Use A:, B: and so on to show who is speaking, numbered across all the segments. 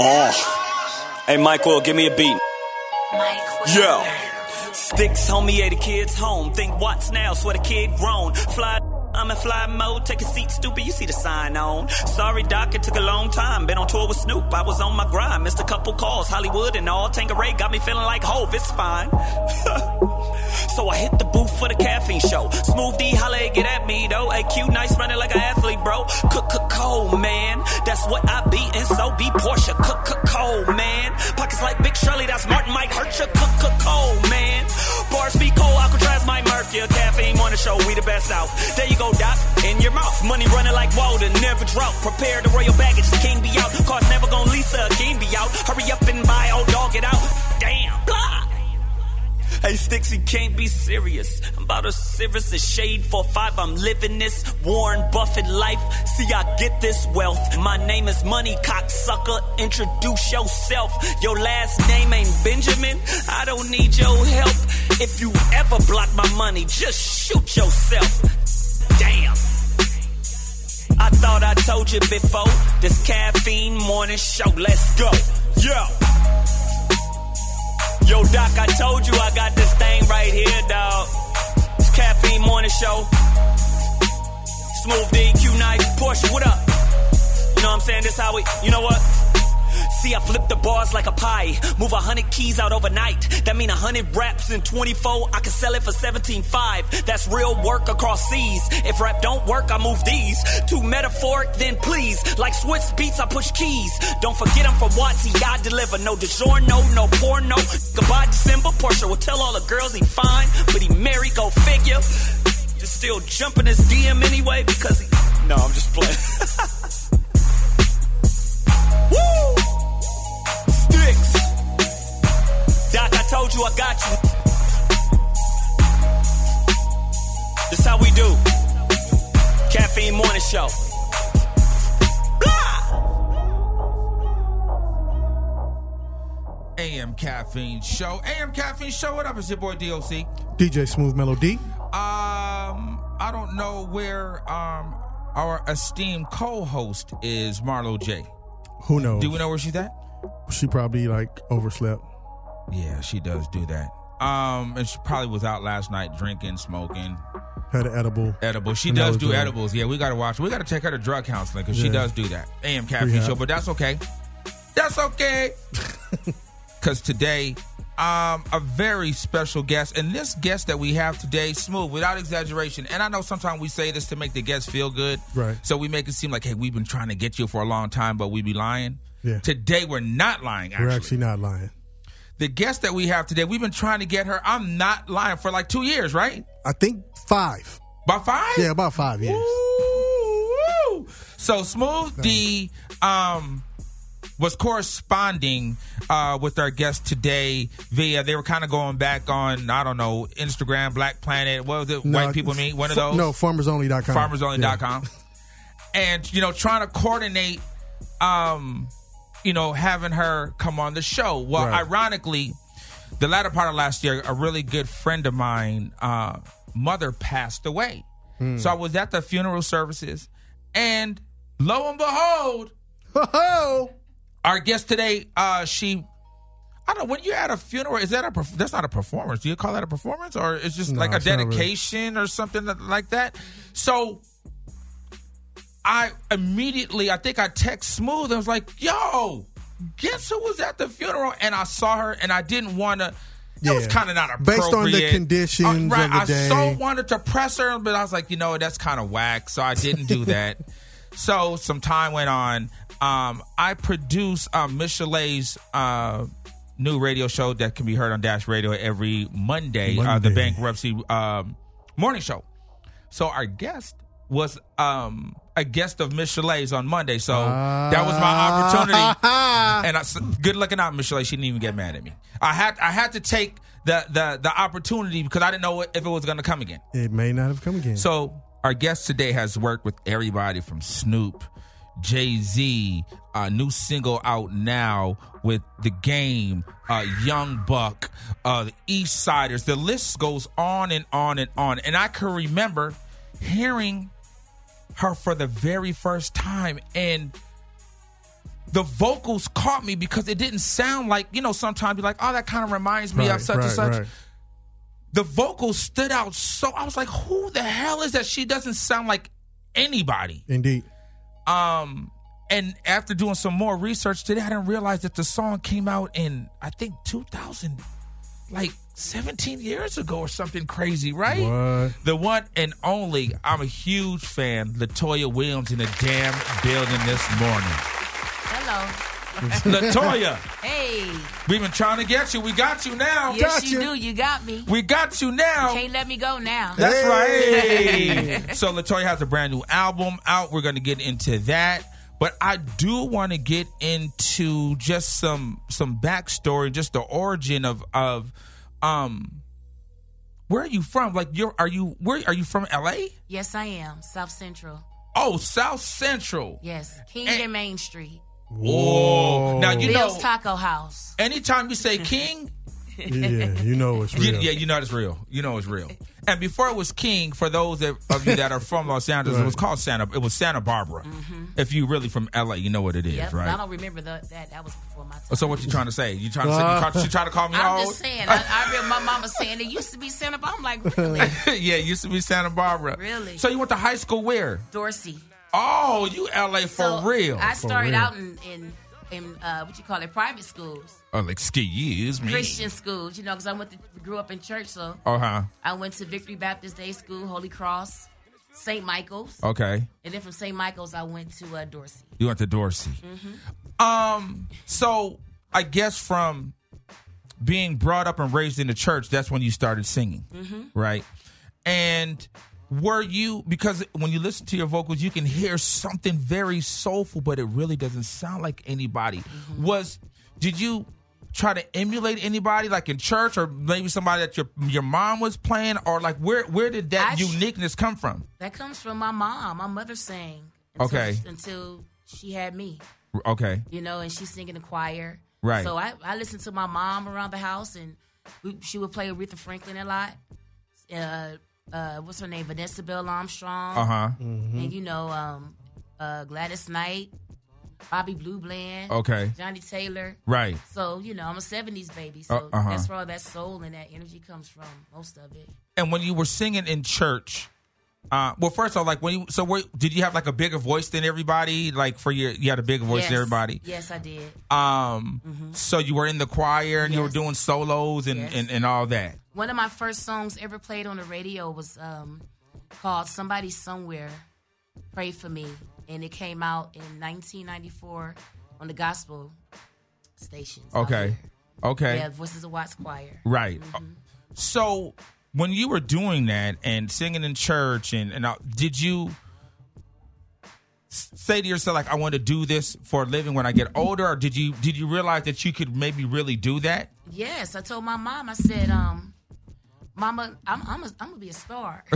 A: Oh. Hey, Michael, give me a beat. Yeah. Sticks, homie, 80 kids home. Think what's now, swear the kid grown. Fly, I'm in fly mode. Take a seat, stupid, you see the sign on. Sorry, Doc, it took a long time. Been on tour with Snoop, I was on my grind. Missed a couple calls, Hollywood and all. Tangeray got me feeling like Hove, it's fine. so I hit the booth for the caffeine show. Smooth D, holla, hey, get at me, though. AQ, nice running like an athlete, bro. Cook, cook, cold, man. That's what I be, and so be Porsche. Cook, cook, cold, man. Pockets like Big Shirley, that's Martin, Mike, hurt your cook, cook, cold, man. Bars be cold, Alcatraz, Mike Murphy. A caffeine on the show, we the best out. There you go, Doc, in your mouth. Money running like water, never drought. Prepare the royal baggage, the king be out. Cars never gonna Lisa, a king be out. Hurry up and buy, old dog, it out. Damn, blah. Hey, Sticks, you can't be serious. I'm about as serious as shade for five. I'm living this Warren Buffett life. See, I get this wealth. My name is Money Cocksucker. Introduce yourself. Your last name ain't Benjamin. I don't need your help. If you ever block my money, just shoot yourself. Damn. I thought I told you before. This caffeine morning show. Let's go. Yo. Yo, Doc, I told you I got this thing right here, dog. It's Caffeine Morning Show. Smooth DQ, nice Porsche, what up? You know what I'm saying? This how we, you know what? See, I flip the bars like a pie. Move a hundred keys out overnight. That mean a hundred raps in 24. I can sell it for 17.5. That's real work across seas. If rap don't work, I move these. Too metaphoric, then please. Like Swiss beats, I push keys. Don't forget I'm from Watsy. I deliver. No DiGiorno, no porno. Goodbye, December. Porsche will tell all the girls he fine, but he married. Go figure. Just still jumping his DM anyway because he. No, I'm just playing. Woo! Sticks. Doc, I told you I got you. This how we do. Caffeine Morning Show.
B: AM Caffeine Show. AM Caffeine Show. What up? It's your boy DOC.
C: DJ Smooth Melody.
B: Um, I don't know where um our esteemed co-host is, Marlo J.
C: Who knows?
B: Do we know where she's at?
C: She probably like overslept.
B: Yeah, she does do that. Um, and she probably was out last night drinking, smoking,
C: Had an edible.
B: edible. She
C: And that
B: does
C: was
B: do
C: good.
B: edibles. Yeah, we gotta watch. We gotta take her to drug counseling because she
C: Yeah.
B: does do that. AM caffeine
C: Rehab.
B: show, but that's okay. That's okay. Because today, um, a very special guest, and this guest that we have today, smooth without exaggeration. And I know sometimes we say this to make the guest feel good,
C: Right.
B: So we make it seem like, hey, we've been trying to get you for a long time, but we be lying.
C: Yeah.
B: Today we're not lying.
C: We're
B: Actually.
C: actually not lying.
B: the guest that we have today, we've been trying to get her. I'm not lying for like two years, right?
C: I think five.
B: By five?
C: Yeah, about five years.
B: Ooh. So Smooth D um, was corresponding uh, with our guest today via they were kind of going back on I don't know Instagram, Black Planet, what was it?
C: No,
B: White people meet one of
C: fa-
B: those.
C: No, farmersonly.com.
B: FarmersOnly.com. And, you know, trying to coordinate, um, you know, having her come on the show. Well,
C: Right.
B: ironically, the latter part of last year, a really good friend of mine, uh, mother passed away. So I was at the funeral services, and lo and behold,
C: Yeah. Ho-ho!
B: our guest today, uh, she. I don't know when you're at a funeral. Is that a perf- that's not a performance? Do you call that a performance, or it's just
C: No,
B: like a
C: it's not really.
B: dedication or something that- like that? So, I immediately, I think I text Smooth. I was like, "Yo, guess who was at the funeral?" And I saw her, and I didn't want to. It was
C: Yeah.
B: kind of not appropriate.
C: Based on the conditions
B: Uh, right?
C: of the
B: I so
C: day.
B: wanted to press her, but I was like, you know, that's kind of whack. So I didn't do that. so some time went on. Um, I produced um, Miss Chalet's, uh, new radio show that can be heard on Dash Radio every Monday, Uh, the
C: Monday.
B: bankruptcy um, morning show. So our guest was um, a guest of Miss Chalet's on Monday. So that was my opportunity and I, s- good looking out, Michelle. She didn't even get mad at me. I had I had to take the the the opportunity because I didn't know if it was going to come again.
C: It may not have come again.
B: So our guest today has worked with everybody from Snoop, Jay Z, uh, new single out now with The Game, uh, Young Buck, uh, the East Siders. The list goes on and on and on. And I can remember hearing her for the very first time and the vocals caught me because it didn't sound like you know. Sometimes you're like, oh, that kind of reminds me of such and such. The vocals stood out so I was like, who the hell is that? She doesn't sound like anybody.
C: Indeed.
B: Um, and after doing some more research today, I didn't realize that the song came out in I think 2000, like 17 years ago or something crazy, right?
C: What?
B: The one and only. I'm a huge fan. Latoya Williams in the damn building this morning.
D: Hello.
B: Latoya,
D: hey.
B: we've been trying to get you. We got you now.
D: Yes, you do. You got me.
B: We got you now.
D: Can't let me go now.
B: That's
C: Hey.
B: right. so Latoya has a brand new album out. We're going to get into that, but I do want to get into just some some backstory, just the origin of of um where are you from? Like, you're are you where are you from? L.A.
D: Yes, I am. South Central.
B: Oh, South Central.
D: Yes. King
B: And-
D: and Main Street.
B: Whoa. Now you
D: Bill's
B: know.
D: Taco House.
B: Anytime you say King,
C: Yeah, you know it's
B: You-
C: real.
B: yeah, you know it's real. You know it's real. And before it was King, for those of of you that are from Los Angeles, it was
C: Right.
B: called Santa. It was Santa Barbara. If you really from LA, you know what it is,
D: Mm-hmm. Yep. I
B: right?
D: don't remember the, that. That was before my time.
B: So what you trying to say? You trying to say,
C: Uh-huh.
B: you try, she trying to call me
D: I'm
B: old?
D: just saying. I, I remember my mama saying it used to be Santa Barbara. I'm like, really?
B: yeah, it used to be Santa Barbara.
D: Really?
B: So you went to high school where?
D: Dorsey.
B: Oh, you LA for
D: So,
B: real?
D: I started
C: real.
D: out in, in, in uh, what you call it, private schools,
B: oh, like, excuse me.
D: Christian schools, you know, because I went to, grew up in church. So
B: Uh huh.
D: I went to Victory Baptist Day School, Holy Cross, St. Michael's.
B: Okay.
D: And then from St. Michael's, I went to uh, Dorsey.
B: You went to Dorsey. Um, so I guess from being brought up and raised in the church, that's when you started singing,
D: Mm-hmm.
B: right? And were you because when you listen to your vocals, you can hear something very soulful, but it really doesn't sound like anybody.
D: Mm-hmm.
B: Was did you try to emulate anybody like in church or maybe somebody that your your mom was playing or like where where did that
D: I sh-
B: uniqueness come from?
D: That comes from my mom. My mother sang. until-
B: Okay.
D: Until she had me,
B: Okay.
D: you know, and she sang in the choir.
B: Right.
D: So I, I listened to my mom around the house, and we, she would play Aretha Franklin a lot. Uh, uh, what's her name? Vanessa Bell Armstrong.
B: Uh-huh.
D: And, you know, um, uh, Gladys Knight, Bobby Blue Bland,
B: Okay.
D: Johnny Taylor.
B: Right.
D: So, you know, I'm a 70s baby. So
B: Uh, uh-huh.
D: that's where all that soul and that energy comes from, most of it.
B: and when you were singing in church uh, well first of all like when you so were, did you have like a bigger voice than everybody like for your you had a bigger voice
D: yes.
B: than everybody
D: Yes, I did.
B: um so you were in the choir and you were
D: Yes.
B: doing solos and,
D: Yes.
B: and and all that
D: One of my first songs ever played on the radio was um, called Somebody Somewhere Pray For Me. And it came out in 1994 on the gospel stations. out
B: okay
D: here.
B: okay
D: Yeah, Voices of Watts Choir.
B: right
D: Mm-hmm.
B: so when you were doing that and singing in church and and all, did you s- say to yourself like i want to do this for a living when i get older or did you did you realize that you could maybe really do that
D: Yes, I told my mom. I said, um, "Mama, I'm I'm a, I'm gonna be a star."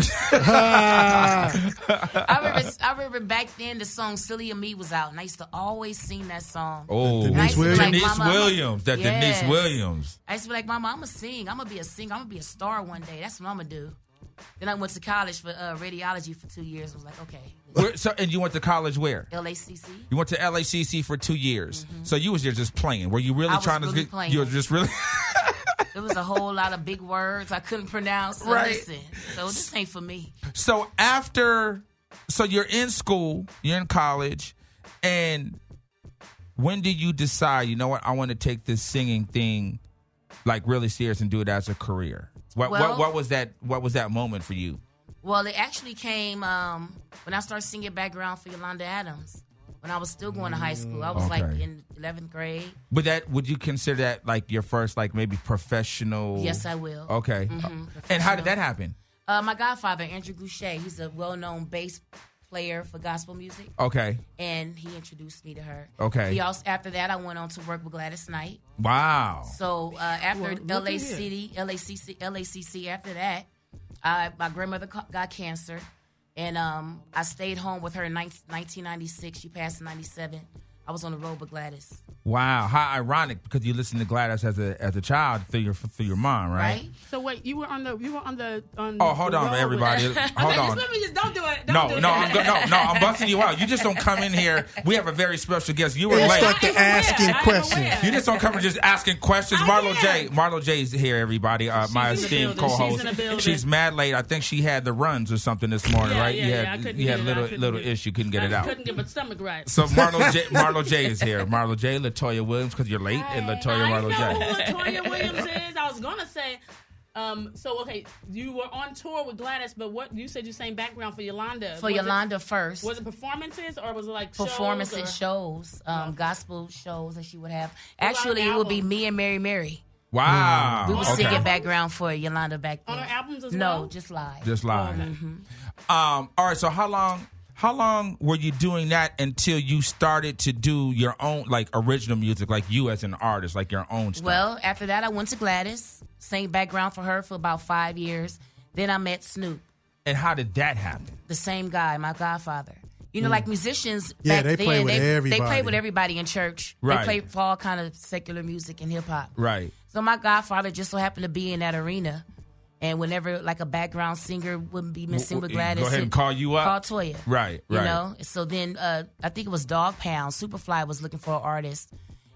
D: I remember I remember back then the song "Silly of Me" was out, and I used to always sing that song.
B: Oh,
C: Denise Nice Williams.
D: like
B: Denise
D: Mama.
B: Williams. That
D: Yes.
B: Denise Williams.
D: I used to be like, "Mama, I'm gonna sing. I'm gonna be a singer. I'm gonna be a star one day. That's what I'm gonna do." Then I went to college for uh, radiology for two years. I was like, "Okay,
B: Where, so, and you went to college where?
D: LACC."
B: You went to LACC for two years. So you was there just playing. Were you really
D: Mm-hmm. I was
B: trying to?
D: really
B: get-
D: playing.
B: You were just really.
D: There was a whole lot of big words I couldn't pronounce. So
B: Right.
D: Listen, so this ain't for me.
B: so after, so you're in school, you're in college, and when did you decide? You know what? I want to take this singing thing, like really serious, and do it as a career. What,
D: Well-
B: what what was that? What was that moment for you?
D: Well, it actually came um, when I started singing background for Yolanda Adams. When I was still going to high school, I was like
B: okay.
D: in 11th grade.
B: Would that would you consider that like your first like maybe professional?
D: Yes, I will. Mm-hmm.
B: Okay. And how did that happen?
D: Uh, my godfather, Andrew Goucher, he's a well known bass player for gospel music,
B: Okay.
D: and he introduced me to her.
B: Okay.
D: He also, after that, I went on to work with Gladys Knight.
B: Wow.
D: So uh, after
C: look
D: LA
C: at here.
D: City, LACC, LACC, after that, I, my grandmother ca- got cancer, and um, I stayed home with her in 19, 1996. She passed in 97. I I was on the road with Gladys,
B: Wow, how ironic because you listened to Gladys as a as a child through your through your mom,
D: right?
B: right?
E: So wait, you were on the you were on the on.
B: Oh, hold
E: the
B: on,
E: road with-
B: everybody. Hold
E: okay,
B: on.
E: Just, let me just don't do it. Don't
B: No,
E: do it.
B: no, I'm go- no, no, I'm busting you out. You just don't come in here. We have a very special guest. You were
C: They
B: late.
C: start to asking questions.
B: You just don't come and just asking questions. Marlo J. Marlo J's here, everybody. Uh, my
E: in the
B: esteemed
E: building. She's
B: co-host.
E: in the building.
B: mad late. I think she had the runs or something this morning,
E: Yeah,
B: right?
E: yeah,
B: you
E: yeah, I
B: had
E: couldn't
B: you had
E: get it, I
B: little
E: couldn't
B: little
E: get it.
B: issue, couldn't get
E: I
B: it out.
E: couldn't get my stomach right.
B: So Marlo J, Marlo J is here. Marlo J, Latoya Williams, because you're late, and Latoya
E: I know
B: Marlo J.
E: who Latoya Williams is. I was gonna say. Um, so okay, you were on tour with Gladys, but what you said you sang background for Yolanda
D: for
E: Was it-
D: Yolanda first.
E: was it performances or was it like shows
D: performances,
E: or-
D: shows, um, gospel shows that she would have. Actually,
E: an
D: it would be
E: album?
D: me and Mary Mary.
B: Wow.
D: We would
B: Oh, okay.
D: sing it background for Yolanda back then.
E: on her albums as well?
D: No, just live.
B: Just live.
E: Mm-hmm.
B: Um, all right. So how long? How long were you doing that until you started to do your own like original music, like you as an artist, like your own stuff?
D: Well, after that, I went to Gladys, sang background for her for about five years. Then I met Snoop,
B: and how did that happen?
D: the same guy, my godfather. You know, like musicians
C: Hmm. Yeah,
D: back
C: they
D: then,
C: play with
D: they, they
C: everybody.
D: played with everybody in church.
B: Right.
D: They played for all kind of secular music and hip hop.
B: Right.
D: So my godfather just so happened to be in that arena. And whenever like a background singer wouldn't be missing with
B: W- w-
D: Gladys,
B: eh, go ahead and call you up?
D: Call Toya.
B: Right,
D: You
B: right.
D: know? So then uh, I think it was Dog Pound. Superfly was looking for an artist.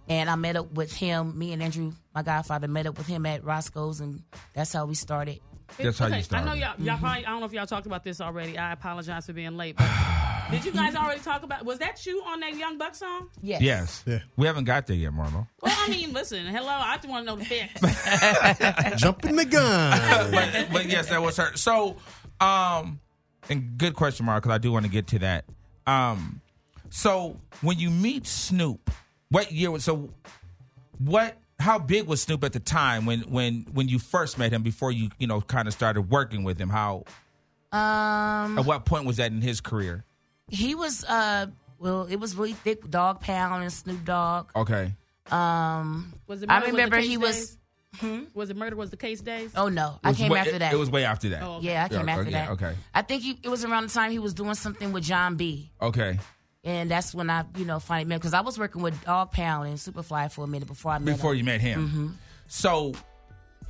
D: And I met up with him, me and Andrew, my godfather, met up with him at Roscoe's and that's how we started.
B: That's how you started.
E: I know y'all. Y'all probably. I don't know if y'all talked about this already. I apologize for being late. But did you guys already talk about? Was that you on that Young Buck song?
D: Yes.
B: Yes.
C: Yeah.
B: We haven't got there yet, Marlo.
E: Well, I mean, listen. Hello, I just want to know the facts.
C: Jumping the gun.
B: but, but yes, that was her. So, um, and good question, Marlo, because I do want to get to that. Um, so when you meet Snoop, what year was so? What? How big was Snoop at the time when when when you first met him? Before you you know kind of started working with him, how?
D: Um
B: At what point was that in his career?
D: he was uh well, it was really thick Dog Pound and Snoop Dogg.
B: Okay.
D: Um
E: Was it
D: I
E: murder was the
D: remember
E: case
D: he was-
B: Hmm?
E: days? Was it murder? Was the case days?
D: oh no, I
B: It was
D: came
B: way-
D: after that.
B: It, was way after that.
E: Oh, okay.
D: Yeah, I came
B: Yeah,
D: after
B: okay,
D: that.
B: okay.
D: I think he, it was around the time he was doing something with John B.
B: Okay.
D: And that's when I, you know, finally met because I was working with Dog Pound and Superfly for a minute before I met
B: Before
D: him.
B: you met him.
D: Mm-hmm.
B: So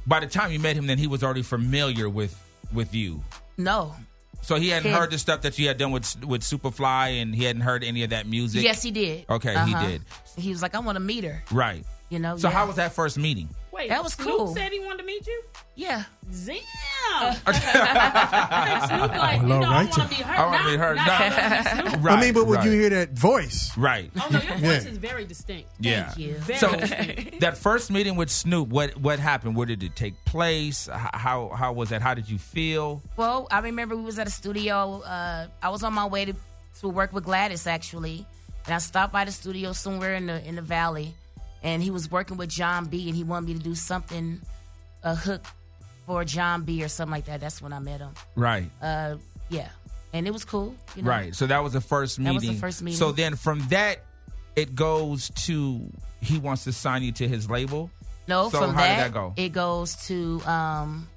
B: by the time you met him, then he was already familiar with with you.
D: No.
B: So he hadn't
D: Yeah.
B: heard the stuff that you had done with with Superfly, and he hadn't heard any of that music.
D: yes, he did. Uh-huh.
B: Okay, he did.
D: He was like, I want to meet her.
B: Right.
D: You know.
B: So
D: yeah.
B: how was that first meeting?
E: Wait,
D: That was
E: Snoop
D: cool.
E: said he wanted to meet you.
D: Yeah.
E: Damn. I think Snoop like, you
C: Hello,
E: know, I
C: Rachel.
E: want to be her.
B: I wanna
E: not-
B: be her.
E: not
B: Nah.
E: wanna be Snoop.
B: Right.
C: I mean, but when
B: right,
C: you hear that voice,
B: Right.
E: Oh no, your voice
C: Yeah.
E: is very distinct.
B: yeah.
D: Thank you.
E: Very
B: So
E: distinct.
B: that first meeting with Snoop, what what happened? Where did it take place? H- How how was that? How did you feel?
D: Well, I remember we was at a studio. Uh, I was on my way to, to work with Gladys actually, and I stopped by the studio somewhere in the in the valley, and he was working with John B. and he wanted me to do something, a hook for John B. or something like that. That's when I met him.
B: Right.
D: Uh, yeah, and it was cool. You know?
B: Right. So that was the first meeting.
D: That was the first meeting.
B: So then from that, it goes to he wants to sign you to his label.
D: No,
B: So
D: from
B: how did
D: that,
B: that go?
D: it goes to um,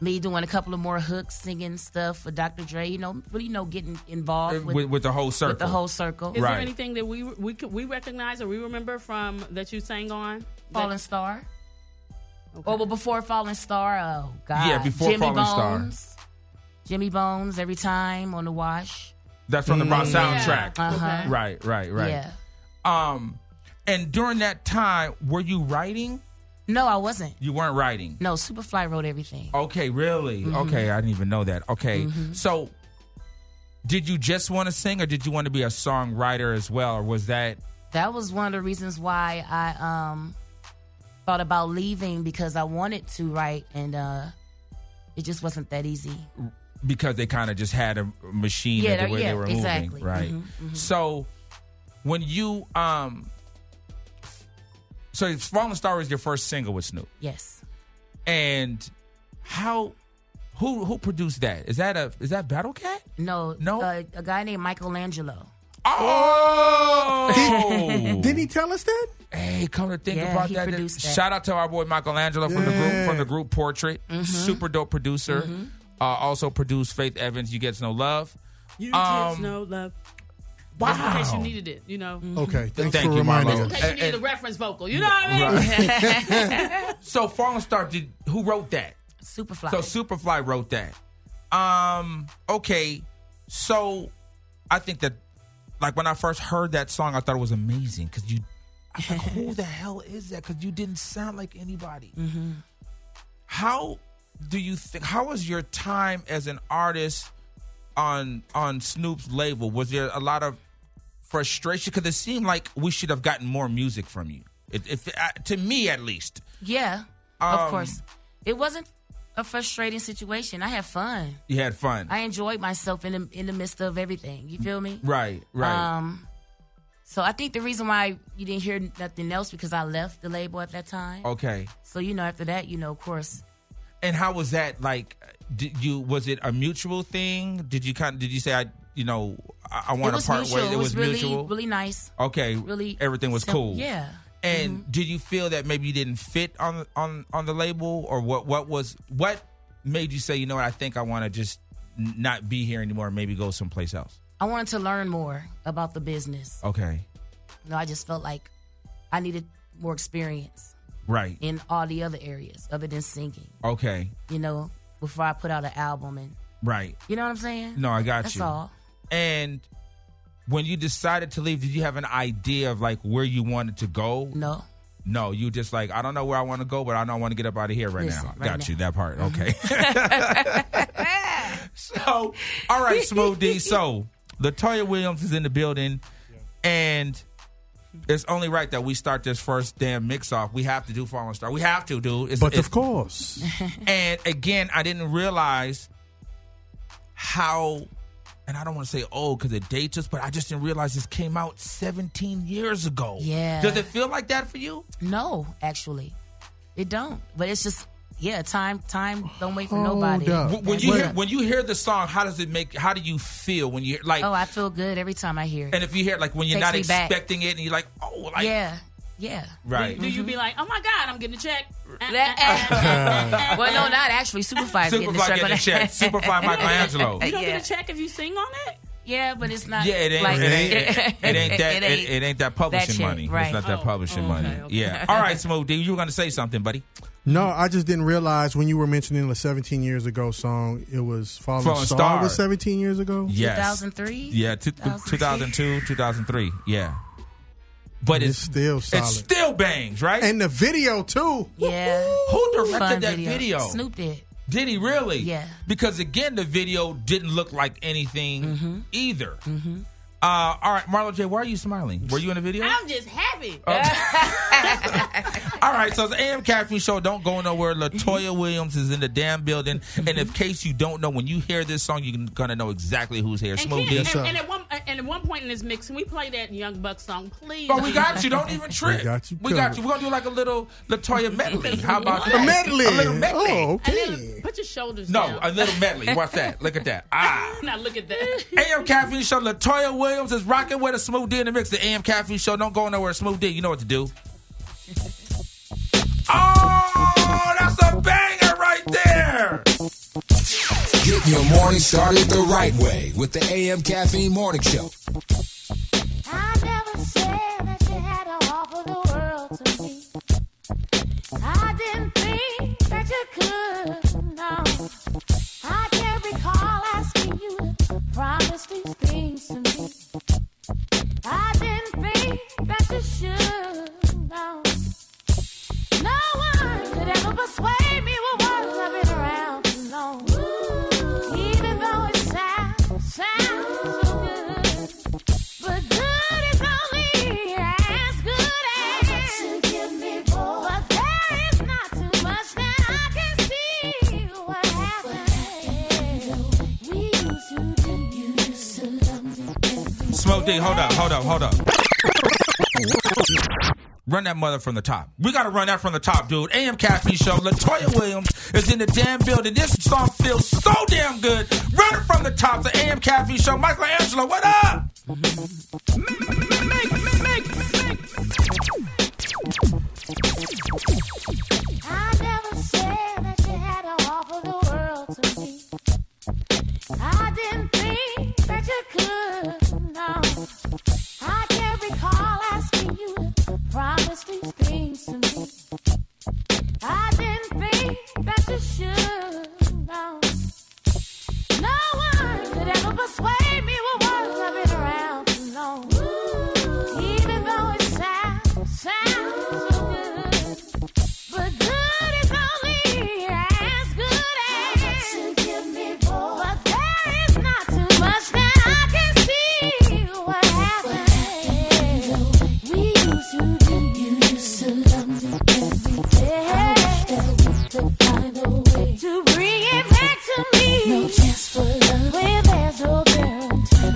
D: me doing a couple of more hooks, singing stuff for Dr. Dre. You know, really, you know, getting involved with,
B: With, with the whole circle.
D: with the whole circle.
E: Is
B: Right.
E: there anything that we we could- we recognize or we remember from that you sang on?
D: Falling
E: That-
D: Star.
E: Okay.
D: Or Oh, well, before Falling Star, oh God,
B: Yeah, before
D: Jimmy
B: Falling Star.
D: Bones, Jimmy Bones, every time on the wash.
B: That's from the Broad soundtrack.
E: Yeah.
D: Mm-hmm. Uh-huh.
E: Okay.
B: Right, right, right.
D: Yeah,
B: Um, and during that time, were you writing?
D: no, I wasn't.
B: You weren't writing.
D: No, Superfly wrote everything.
B: Okay, really?
D: Mm-hmm.
B: Okay, I didn't even know that. Okay, so did you just want to sing, or did you want to be a songwriter as well, or was that
D: That was one of the reasons why I um thought about leaving because I wanted to write, and uh it just wasn't that easy.
B: because they kind of just had a machine
D: Yeah,
B: at the
D: they-
B: way
D: yeah,
B: they were
D: exactly.
B: moving, right?
D: Mhm,
B: So when you um, so "Falling Star" was your first single with Snoop.
D: Yes.
B: and how who who produced that is that a is that battle cat
D: No.
B: No?
D: Uh, a guy named Michelangelo.
B: oh
C: didn't he tell us that?
B: hey come to think
D: Yeah,
B: about
D: he
B: that,
D: produced that.
B: shout out to our boy michelangelo from the group
C: Yeah.
B: from the group portrait
D: Mm-hmm.
B: super dope producer uh, also produced faith evans you gets no love
E: You
B: Um,
E: kids know love. Just in case you
B: Wow.
E: needed it, you know.
D: Mm-hmm.
C: Okay, thanks
B: Thank
C: for
B: you,
C: reminding us.
B: Marlo.
E: In case you
B: And-
E: needed a
B: and-
E: reference vocal, you know what I mean?
B: So Fallen Star did who wrote that?
D: Superfly.
B: So Superfly wrote that. Um, okay. So I think that like when I first heard that song, I thought it was amazing because you I was like, who the hell is that? Because you didn't sound like anybody.
D: Mm-hmm.
B: How do you think how was your time as an artist on on Snoop's label? Was there a lot of frustration? Because it seemed like we should have gotten more music from you. It, if, uh, to me at least.
D: yeah,
B: Um,
D: of course. It wasn't a frustrating situation. I had fun.
B: You had fun.
D: I enjoyed myself in the, in the midst of everything. You feel me?
B: right, right.
D: Um, so I think the reason why you didn't hear nothing else because I left the label at that time.
B: Okay.
D: So you know, after that, you know, of course,
B: And how was that like? Did you was it a mutual thing? Did you kind of did you say I you know I, I
D: it
B: want to
D: was
B: part
D: mutual.
B: ways?
D: it was, really,
B: mutual.
D: really nice.
B: okay.
D: Really,
B: everything was
D: sim-
B: cool.
D: Yeah. Mm-hmm.
B: And did you feel that maybe you didn't fit on on on the label or what what was what made you say you know what I think I want to just n- not be here anymore and maybe go someplace else?
D: I wanted to learn more about the business.
B: Okay.
D: You know, I just felt like I needed more experience
B: Right.
D: in all the other areas other than singing.
B: Okay.
D: You know, before I put out an album, and
B: Right.
D: you know what I'm saying?
B: No, I got
D: that's
B: you.
D: all.
B: And when you decided to leave, did you have an idea of like where you wanted to go?
D: No.
B: No, you just like I don't know where I want to go, but I know I want to get up out of here right
D: Listen,
B: now.
D: right
B: Got
D: now. Mm-hmm.
B: you that part. Okay. so, all right, Smooth D. So, Latoya Williams is in the building, and it's only right that we start this first damn mix off. We have to do Fallen Star. We have to, do. It's,
C: But
B: it's,
C: of course,
B: and again, I didn't realize how, and I don't want to say old because it dates us, but I just didn't realize this came out 17 years ago.
D: Yeah.
B: Does it feel like that for you?
D: No, actually, it don't. But it's just yeah, time time don't wait for
C: Hold
D: nobody.
C: up.
B: When- When
D: That's
B: you
D: it.
B: hear when you hear the song, how does it make? How do you feel when you like?
D: oh, I feel good every time I hear it.
B: and if you hear it, like when you're
D: Takes
B: not
D: me back.
B: expecting it, and you're like, oh, like
D: yeah, Mm-hmm. yeah.
B: right.
E: Do you be like, oh my God, I'm getting a check?
D: well, no, not actually. Superfly's getting the
B: Superfly
D: check.
B: getting a check. Superfly Michelangelo.
E: You don't
D: yeah.
E: get a check if you sing on it?
D: yeah, but it's not.
B: Yeah, it ain't,
D: Like,
B: it, ain't it, ain't
D: It
B: that it ain't,
D: ain't
B: it ain't that publishing
D: shit,
B: money. It's
D: right.
B: not that
E: Oh,
B: publishing
E: okay,
B: money.
E: okay.
B: Yeah. All right, Smooth D, you were gonna say something, buddy.
C: no, I just didn't realize when you were mentioning the 17 years ago song, it was Fallen,
B: Fallen
C: Star,
B: Star.
C: was 17 years ago.
B: Yes.
D: 2003.
B: Yeah, two, 2002, 2003. Yeah. But
C: It's
B: it's
C: still solid.
B: it still bangs, right?
C: and the video too.
D: Yeah.
B: Who directed
D: Fun
B: that video?
D: Snoop did.
B: Did he really?
D: Yeah.
B: Because again, the video didn't look like anything
E: Mm-hmm.
B: either. Uh, all right, Marlo J, why are you smiling? Were you in the
D: Mm-hmm.
B: video?
E: I'm just happy.
B: Oh, All right, so it's the AM Caffeine Show. Don't go nowhere.
E: Mm-hmm.
B: Latoya Williams is in the damn building. And in case you don't know, when you hear this song, you're going to know exactly who's here.
E: And,
B: Smooth
E: Ken,
B: D.
E: and,
C: sir.
E: and at one and at one point in this mix, can we play that Young Buck song, please?
B: But we got you. Don't even trip.
C: We got you
B: We got
C: covered.
B: you. We're going to do like a little Latoya medley. How about
E: A
B: that?
C: Medley.
B: A little medley.
C: Oh,
E: And then
C: okay.
E: put your shoulders
B: No,
E: down.
B: a little medley. What's that? Look at that. Ah.
E: now look at that.
B: AM Caffeine Show. Latoya Williams is rocking with a Smooth D in the mix. The AM Caffeine Show. Don't go nowhere. Smooth D. You know what to do. Oh, that's a banger right there.
F: Get your morning started the right way with the AM Caffeine Morning Show.
G: I never said that you had to offer the world to me. I didn't think that you could. No, I can't recall asking you to promise these things to me. I didn't think that you should. No, no one could ever persuade me with words I've been around too long. Even though it sounds sounds so good. But good is only as good as what you give me, boy. But there is not too much that I can see what happened. We used to do, you used to love me.
B: Smoke D, hold up, hold up, hold up. Run that mother from the top. We gotta run that from the top, dude. AM Caffeine Show. Latoya Williams is in the damn building. This song feels so damn good. Run it from the top. The AM Caffeine Show. Michelangelo, what up?
G: I never said that you had to offer the world to me. I didn't think that you could. No,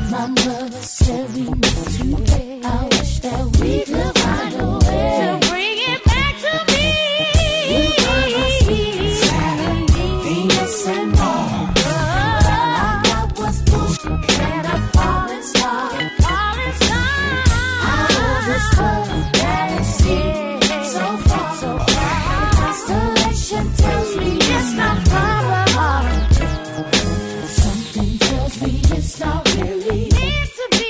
G: necessary today. I wish that we could find a way to bring it back to me. So far, so far. The constellation tells me it's not far apart. Something tells me it's not really meant to be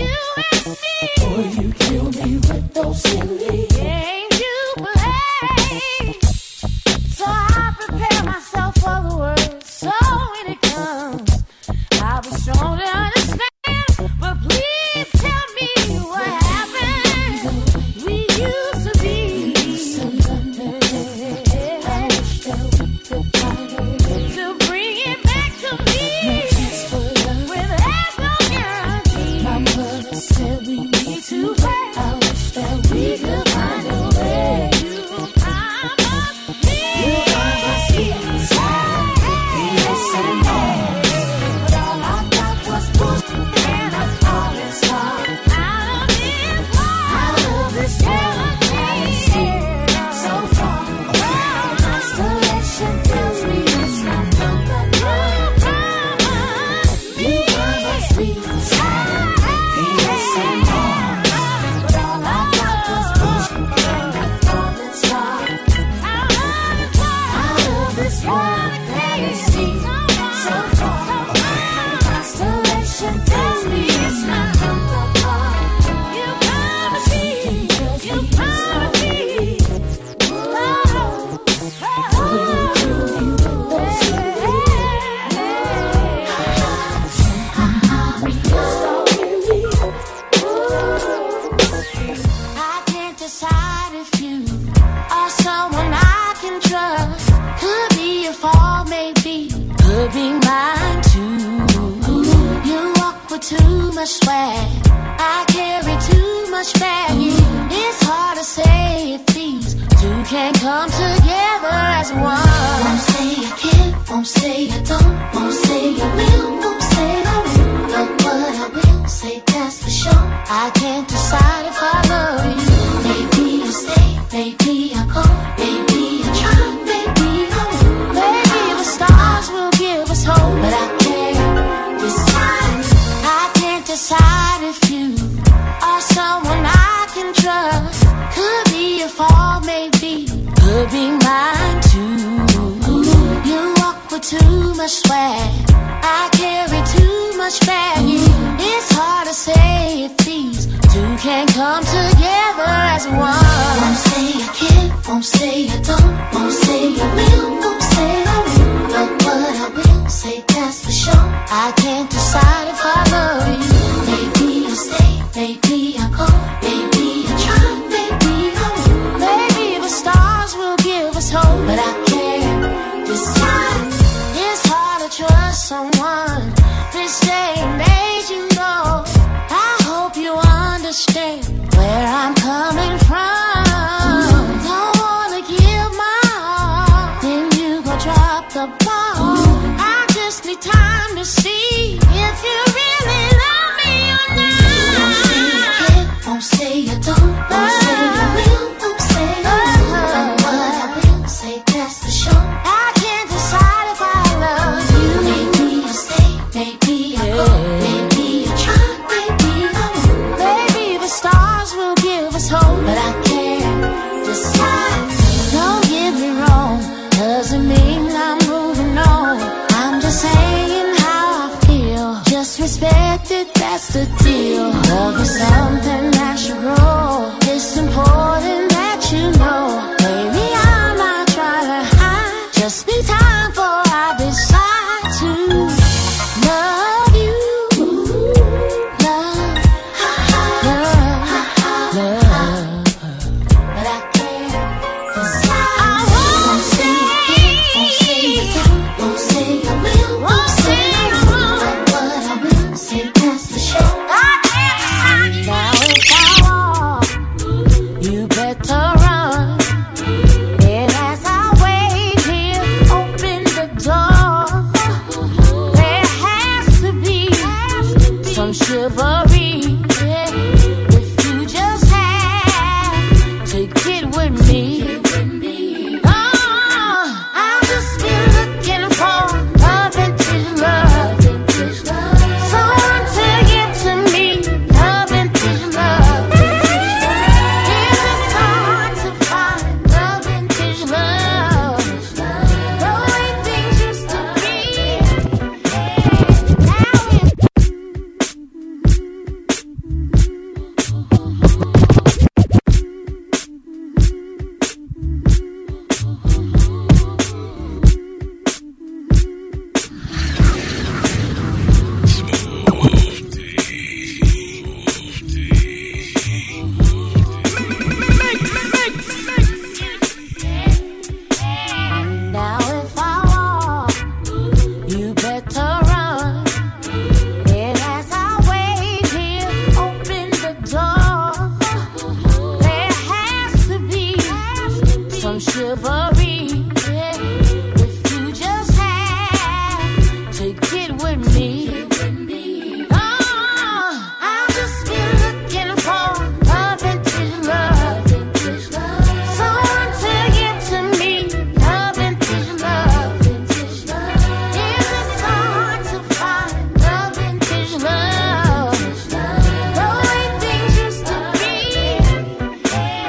G: you and me. Or you kill me with those silly games you play. So I prepare myself for the worst. So when it comes, I'll be strong to understand. But please tell me what happened. We used to be. I wish that we could find a way to bring it back to me. With there's no guarantee. My mother said we need to pray. I wish that we could find a way. You promised me. You promised me. Yes and no. But all I got was bullshit and a falling star. Out of this world. Out of this world. So far. Well, constellation tells me it's not from the promise. You promised me. Yes and no. But all I got was bullshit and a falling star. Out of this world. Out of this world. So far. Constellation tells me it's not from the promise. You promised me. You promised me. Too much swag. I carry too much baggage. It's hard to say if these two can't come together as one. Won't say I can't, won't say I don't, won't say I will, won't say I will. But what I will say, that's for sure. I can't decide if I love you. Maybe I stay, maybe I go, maybe I try, maybe I will. Maybe the stars will give us hope, but I can't decide. I can't decide if you are someone I can trust. Could be your fault, maybe, could be mine too. You walk with too much swag. I carry too much baggage. It's hard to say if these two can't come together as one. Won't say I can't, won't say I don't, won't say I will, won't say I will. But what I will say, that's for sure. I can't decide if I love you. Maybe I'll stay, maybe I'll go, maybe I'll try, maybe I will. Maybe the stars will give us hope, but I can't decide. It's hard to trust someone this day and age, you know. I hope you understand where I'm coming from. Don't wanna give my all, then you go drop the ball. I just need time to see if you really love me or not. Don't say you can't, won't say you don't, won't say you will, won't say you will. But what I will say, that's for sure. I can't decide if I love you. Maybe I stay, maybe I go, maybe I try, maybe I will. Maybe the stars will give us hope, but I can't decide. Don't get me wrong, doesn't mean I'm moving on. I'm just saying how I feel. Just respect it, that's the deal. Love is something natural. It's important that you know. Baby, I'm not trying to hide. Just need time for I decide to love you. Love, love, love. But I can't decide. I won't say. Won't say I don't. Won't say I will. Won't say I won't. But what I will say, that's for sure. I can't decide. Now if I walk, you Uh, Uh,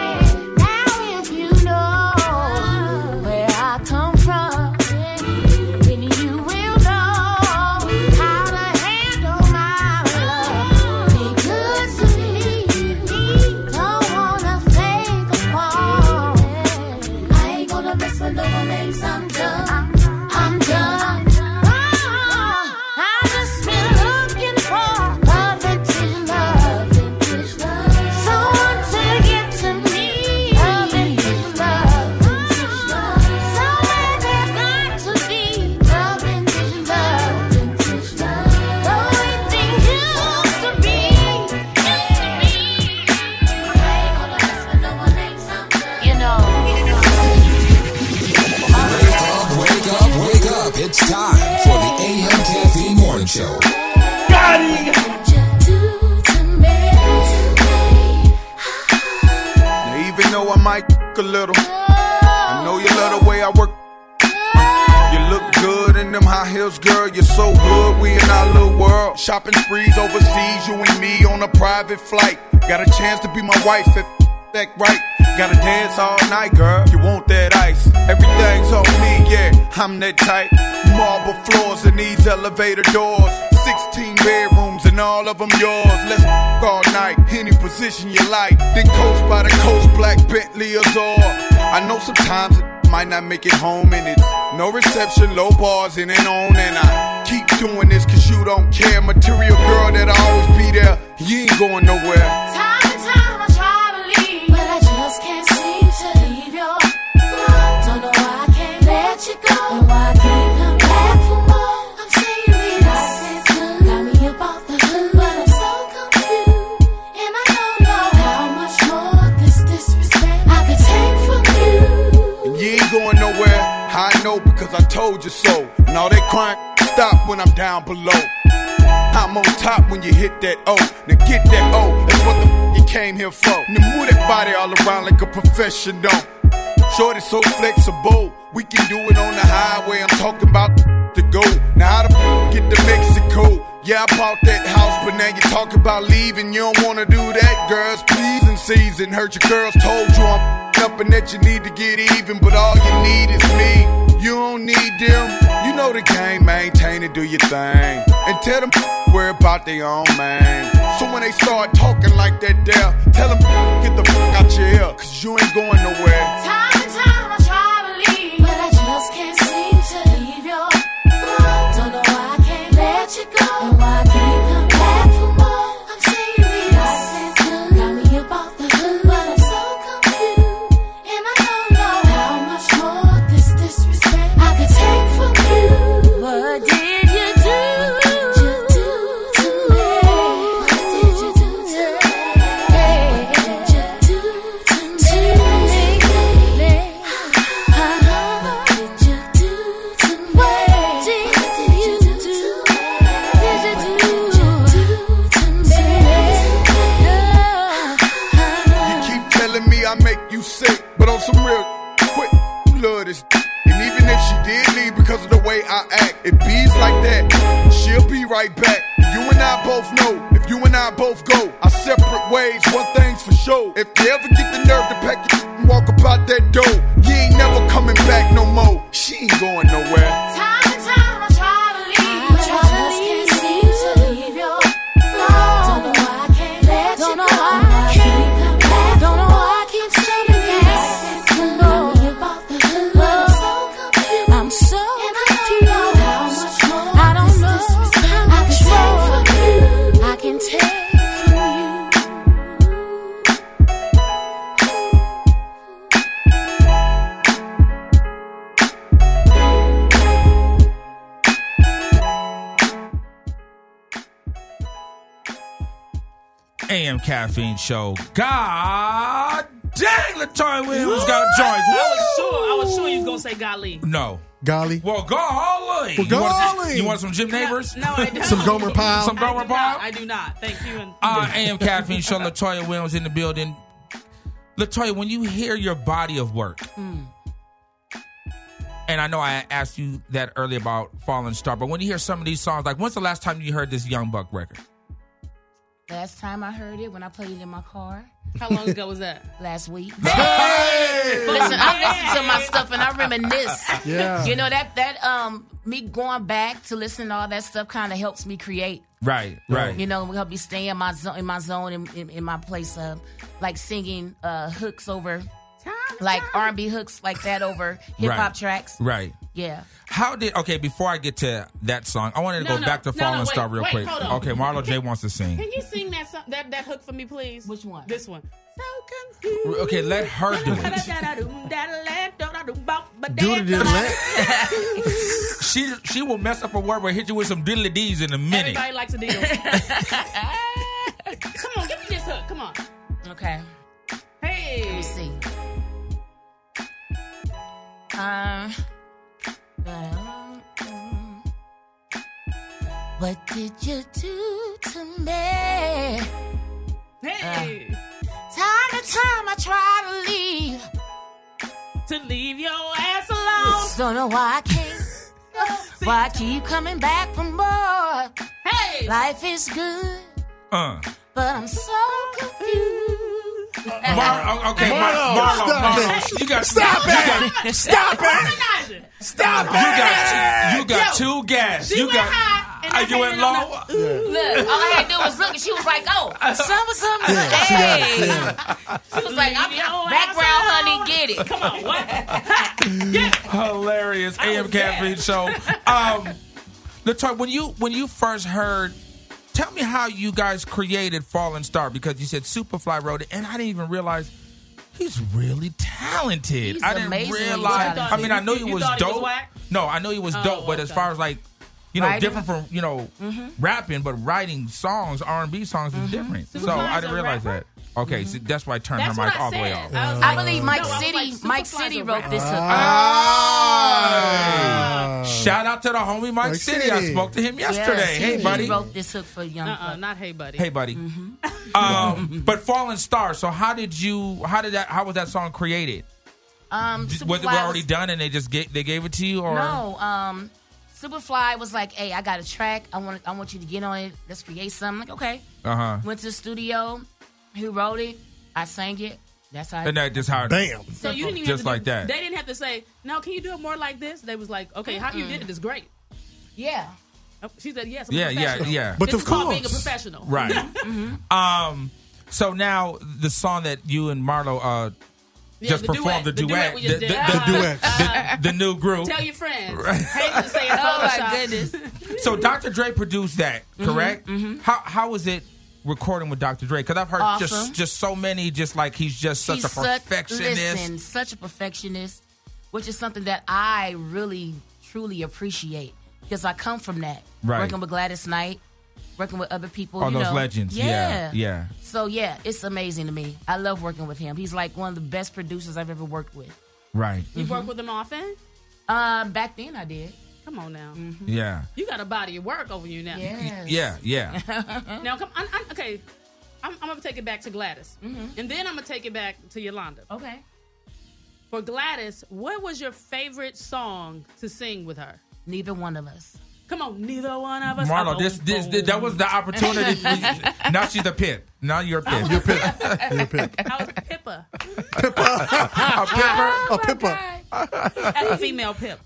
G: Ah,
H: might a little. I know you love the way I work. You look good in them high heels, girl. You're so good, we in our little world. Shopping sprees overseas, you and me on a private flight. Got a chance to be my wife if that right. Gotta dance all night, girl. You want that ice? Everything's on me, yeah. I'm that type. Marble floors and these elevator doors. 16 bedrooms and all of them yours. Let's f- all night, any position you like. Then coast by the coast, black Bentley Azor. I know sometimes it might not make it home and it's no reception, low bars in and on and I keep doing this cause you don't care. Material girl that I always be there, you ain't going nowhere.
G: Time and time I try to leave, but I just can't seem to leave you. Don't know why I can't let you go, and why I can't come back for more. I'm serious, it's good, got me up off the hood, but I'm so confused, and I don't know how much more this disrespect I could take from you.
H: And you ain't going nowhere. I know because I told you so. And all that crying stop when I'm down below. I'm on top when you hit that O. Now get that O. That's what the f- you came here for. Now move that body all around like a professional. Short so flexible. We can do it on the highway. I'm talking about to go. Now how the f- get to Mexico? Yeah, I bought that house, but now you talk about leaving. You don't wanna do that, girls. Pleasing season. Heard your girls told you I'm f- up and that you need to get even, but all you need is me. You don't need them. You know the game, maintain it, do your thing. And tell them f- worry about their own man. So when they start talking like that there, tell them f- get the fuck out your ear, cause you ain't going nowhere.
G: Time and time I try to leave, but I just can't seem to leave you. Don't know why I can't let you go, and why I can't come back for more. I'm serious, it's good, got me up off the hood, but I'm so confused, and I don't know how much more this disrespect I could take from you. What did you do? to me? What did you do to me? What did you do to me?
H: You keep telling me I make you sick, but on some real quit you love this. And even if she did leave because of the way I act, if bees like that, she'll be right back. You and I both know. If you and I both go our separate ways, one thing's for sure. If you ever get the nerve to pack your and walk about that door, you ain't never coming back no more. She ain't going nowhere.
G: Time and time I try to leave, but I just can't seem to leave you. Don't know why I can't let you go. I can't come back. Don't know why I keep saying yes. I'm so confused. How much more? I don't know. I can take from you. I can take from you.
B: AM Caffeine Show. God dang, Latoya Williams got joints.
E: I was
B: Woo!
E: sure. I was sure you was gonna say golly.
B: No.
C: Golly.
B: Well, golly.
C: Well,
B: You want some-
C: golly.
B: You want some gym neighbors?
E: No, I don't.
C: Some Gomer Pyle.
B: Some
E: I do
B: Gomer
E: not.
B: Pyle?
E: I do not. Thank you. And
B: Uh, AM Caffeine Show. Latoya Williams in the building. Latoya, when you hear your body of work, and I know I asked you that earlier about Fallen Star, but when you hear some of these songs, like when's the last time you heard this Young Buck record?
D: Last time I heard it, when I played it in my car
E: how long ago was that?
D: last week.
B: Hey!
D: Listen, I listen to my stuff and I reminisce.
C: Yeah.
D: You know that that um me going back to listen to all that stuff kind of helps me create.
B: Right, right.
D: You know, help me stay in my zone, in my zone, in, in, in my place of like singing uh hooks over like R and B hooks like that over hip hop
B: Right.
D: tracks.
B: Right.
D: Yeah.
B: How did okay? Before I get to that song, I wanted to
E: No,
B: go
E: no,
B: back to
E: no,
B: Fallen
E: no, wait,
B: Star real
E: wait,
B: quick.
E: hold on.
B: Okay, Marlo J wants to sing.
E: Can you sing that song, that that hook for me, please?
D: Which one?
E: This one. So confused.
B: Okay, let her do
C: Do
B: it.
C: to do
E: Everybody
C: that.
B: She she will mess up a word but hit you with some diddly d's in a minute.
E: likes a deal. Come on, give me this hook. Come on.
D: Okay.
E: Hey.
D: Let's see. Um. well, mm. What did you do to me?
E: Hey.
D: Uh. Time to time I try to leave,
E: to leave your ass alone.
D: Don't know why I can't. Why I keep coming back for more?
E: Hey,
D: Life is good,
B: Uh.
D: but I'm so confused.
B: Mar- oh, okay, Mar-
I: Marlo,
B: Marlo,
I: stop
B: Marlo, you got stop
I: it. Stop it.
E: Sinatra.
I: Stop
B: You got
I: it.
B: you got two gas.
E: She
B: You
E: went
B: got
E: high, and
B: are
E: I
B: you
E: came
B: in
E: in on
B: law?
D: Look, all I had to do was look, and she was like, "Oh, summer, summer,
I: she got it.
D: hey."
I: Yeah.
D: She was like, "I'm
E: Leave your
D: background,
E: ass alone.
D: honey, get it."
E: Come on, what? yeah.
B: Hilarious AM
E: was
B: caffeine
E: dead.
B: show. Um, Latoya, when you when you first heard, tell me how you guys created Fallen Star because you said Superfly wrote it, and I didn't even realize. He's really talented.
D: He's
B: I didn't
D: amazingly
B: realize. I mean, I know
E: talented.
B: you,
E: You
B: was
E: thought he was
B: dope.
E: whack?
B: no, I know you was
E: Oh,
B: dope, but as
E: okay. Mm-hmm.
B: far as like, you know,
D: Writing?
B: different from you know, rapping, but writing songs, R and B songs is different. so
E: Superfly's
B: I didn't
E: Mm-hmm. a
B: realize
E: rapper?
B: that. Okay, so that's why I turned
E: That's
B: her
E: what
B: mic all
E: I
B: the way off.
E: said. I, was
B: Uh-huh.
D: I
E: like,
D: believe
E: no,
D: Mike
E: I was
D: City.
E: like,
D: Mike
E: Superfly's
D: City
E: a
D: wrote this hook.
B: Ah.
C: Uh,
B: Shout out to the homie Mike
C: Mike
B: City.
C: City.
B: I spoke to him
D: Yes,
B: yesterday. hey,
D: he
B: buddy.
D: wrote this hook for Young
E: Uh-uh,
D: Thug.
E: not hey buddy.
B: Hey, buddy.
E: Mm-hmm.
B: Um, but Fallen Star. So how did you? How did that? How was that song created?
D: Um,
B: Was it was it
D: Superfly
B: already
D: was-
B: done and they just get, they gave it to you? Or
D: No, um, Superfly was like, "Hey, I got a track. I want I want you to get on it. Let's create something." Like, okay,
B: uh huh.
D: went to the studio. He wrote it. I sang it. That's how.
B: And that just how
C: Damn.
E: So you didn't
B: Just
E: even have to do-
B: like that.
E: They didn't have to say, "No, can you do it more like this?" They was like, "Okay, how you did it is great."
D: yeah.
E: Oh, She said, "Yes, I'm a
B: Yeah, yeah,
E: professional."
B: yeah.
C: But
E: This
C: of
E: is called
C: course.
E: being a professional,
B: Right.
E: Mm-hmm.
B: Um. So now the song that you and Marlo uh
E: Yeah,
B: just
E: the
B: performed
E: duet,
B: the duet,
E: we just
B: the,
E: did.
B: the- the-
C: duet.
B: the- the new group.
E: Tell your friends. Hate to say it,
D: Oh
E: Photoshop.
D: my goodness.
B: So Dr. Dre produced that, correct? How how was it recording with Dr. Dre? Because I've heard
D: Awesome.
B: just just so many, just like he's just such a perfectionist.
D: Such, listen, such a perfectionist, which is something that I really truly appreciate because I come from that.
B: Right.
D: Working with Gladys Knight, working with other people.
B: All
D: you
B: those
D: know.
B: legends. Yeah, yeah.
D: So yeah, it's amazing to me. I love working with him. He's like one of the best producers I've ever worked with.
B: Right.
E: You work with them often.
D: Uh, back then I did.
E: Come on now,
B: Yeah.
E: you got a body of work over you now.
D: Yes.
B: Yeah, yeah.
E: Now, come, I'm, I'm, okay, I'm, I'm gonna take it back to Gladys, and then I'm gonna take it back to Yolanda.
D: Okay.
E: For Gladys, what was your favorite song to sing with her?
D: Neither one of us.
E: Come on, neither one of us.
B: Marlo,
E: Oh,
B: this, this
E: boom.
B: that was the opportunity. for you. now she's a pit. Now you're a pit. You're a pit.
C: Your pip.
E: I was Pippa,
B: A pipper.
C: A pip up.
E: as a female Pip.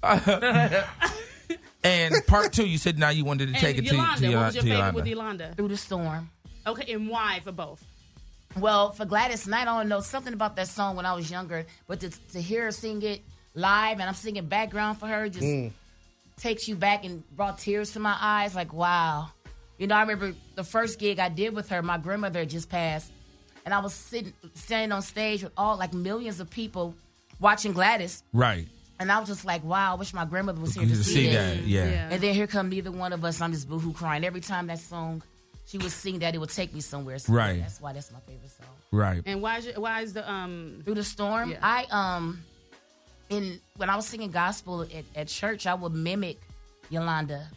B: And part two, you said now you wanted to take it
E: and
B: to,
E: Yolanda,
B: to,
E: what
B: Yola-
E: was your
B: to
E: favorite
B: Yolanda.
E: with Yolanda?
D: Through the storm.
E: Okay, and why for both?
D: Well, for Gladys Knight, I don't know something about that song when I was younger, but to, to hear her sing it live and I'm singing background for her just takes you back and brought tears to my eyes. Like, wow. You know, I remember the first gig I did with her, my grandmother had just passed, and I was sitting standing on stage with all like millions of people watching Gladys,
B: Right.
D: and I was just like, wow, I wish my grandmother was here
B: You
D: to
B: just
D: see,
B: see
D: this.
B: that. Yeah.
D: And then here come neither one of us. I'm just boohoo crying every time that song. She would sing that it would take me somewhere. So
B: Right.
D: That's why that's my favorite song.
B: Right.
E: And why is your, why is the um
D: Through the storm.
E: Yeah.
D: I um in when I was singing gospel at, at church, I would mimic Yolanda.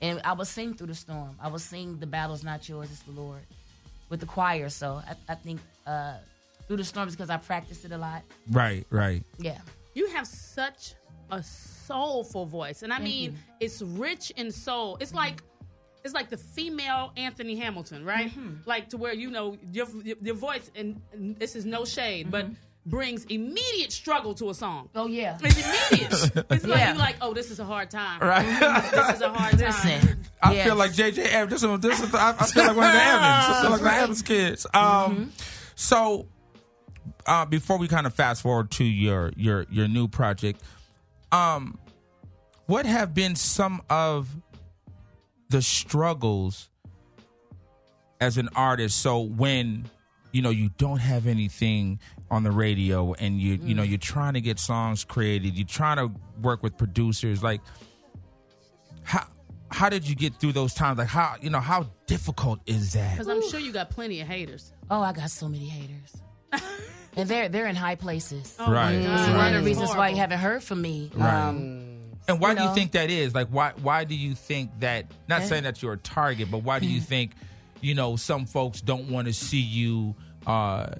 D: And I would sing through the storm. I would sing the battle's not yours, it's the Lord. With the choir. So I, I think uh through the storm is because I practiced it a lot.
B: Right. Right.
D: Yeah.
E: you have such a soulful voice, and I mean it's rich in soul. It's like it's like the female Anthony Hamilton, right? Like to where you know your your, your voice, and, and this is no shade, but brings immediate struggle to a song.
D: Oh yeah.
E: It's immediate. it's like
D: Yeah.
E: you like, oh, this is a hard time.
B: Right.
E: This is a hard time.
D: Listen.
B: I
D: yes.
B: feel like JJ Evans. This is, this is, I, I feel like one of the Evans. I feel like the Evans kids. Um, So, uh, before we kind of fast forward to your your your new project, um, what have been some of the struggles as an artist? So when you know you don't have anything on the radio, and you you know
E: Mm.
B: you're trying to get songs created, you're trying to work with producers, like how how did you get through those times? Like how you know how difficult is that?
E: Because I'm sure you got plenty of haters.
D: Oh, I got so many haters. and they're they're in high places.
E: Oh my
B: Right,
D: It's
E: God.
D: one of
E: It's
D: the reasons why you
E: horrible.
D: haven't heard from me. Um,
B: And why
D: you
B: do you
D: know.
B: think that is? Like why why do you think that? Not saying that you're a target, but why do you think you know some folks don't want to see you? uh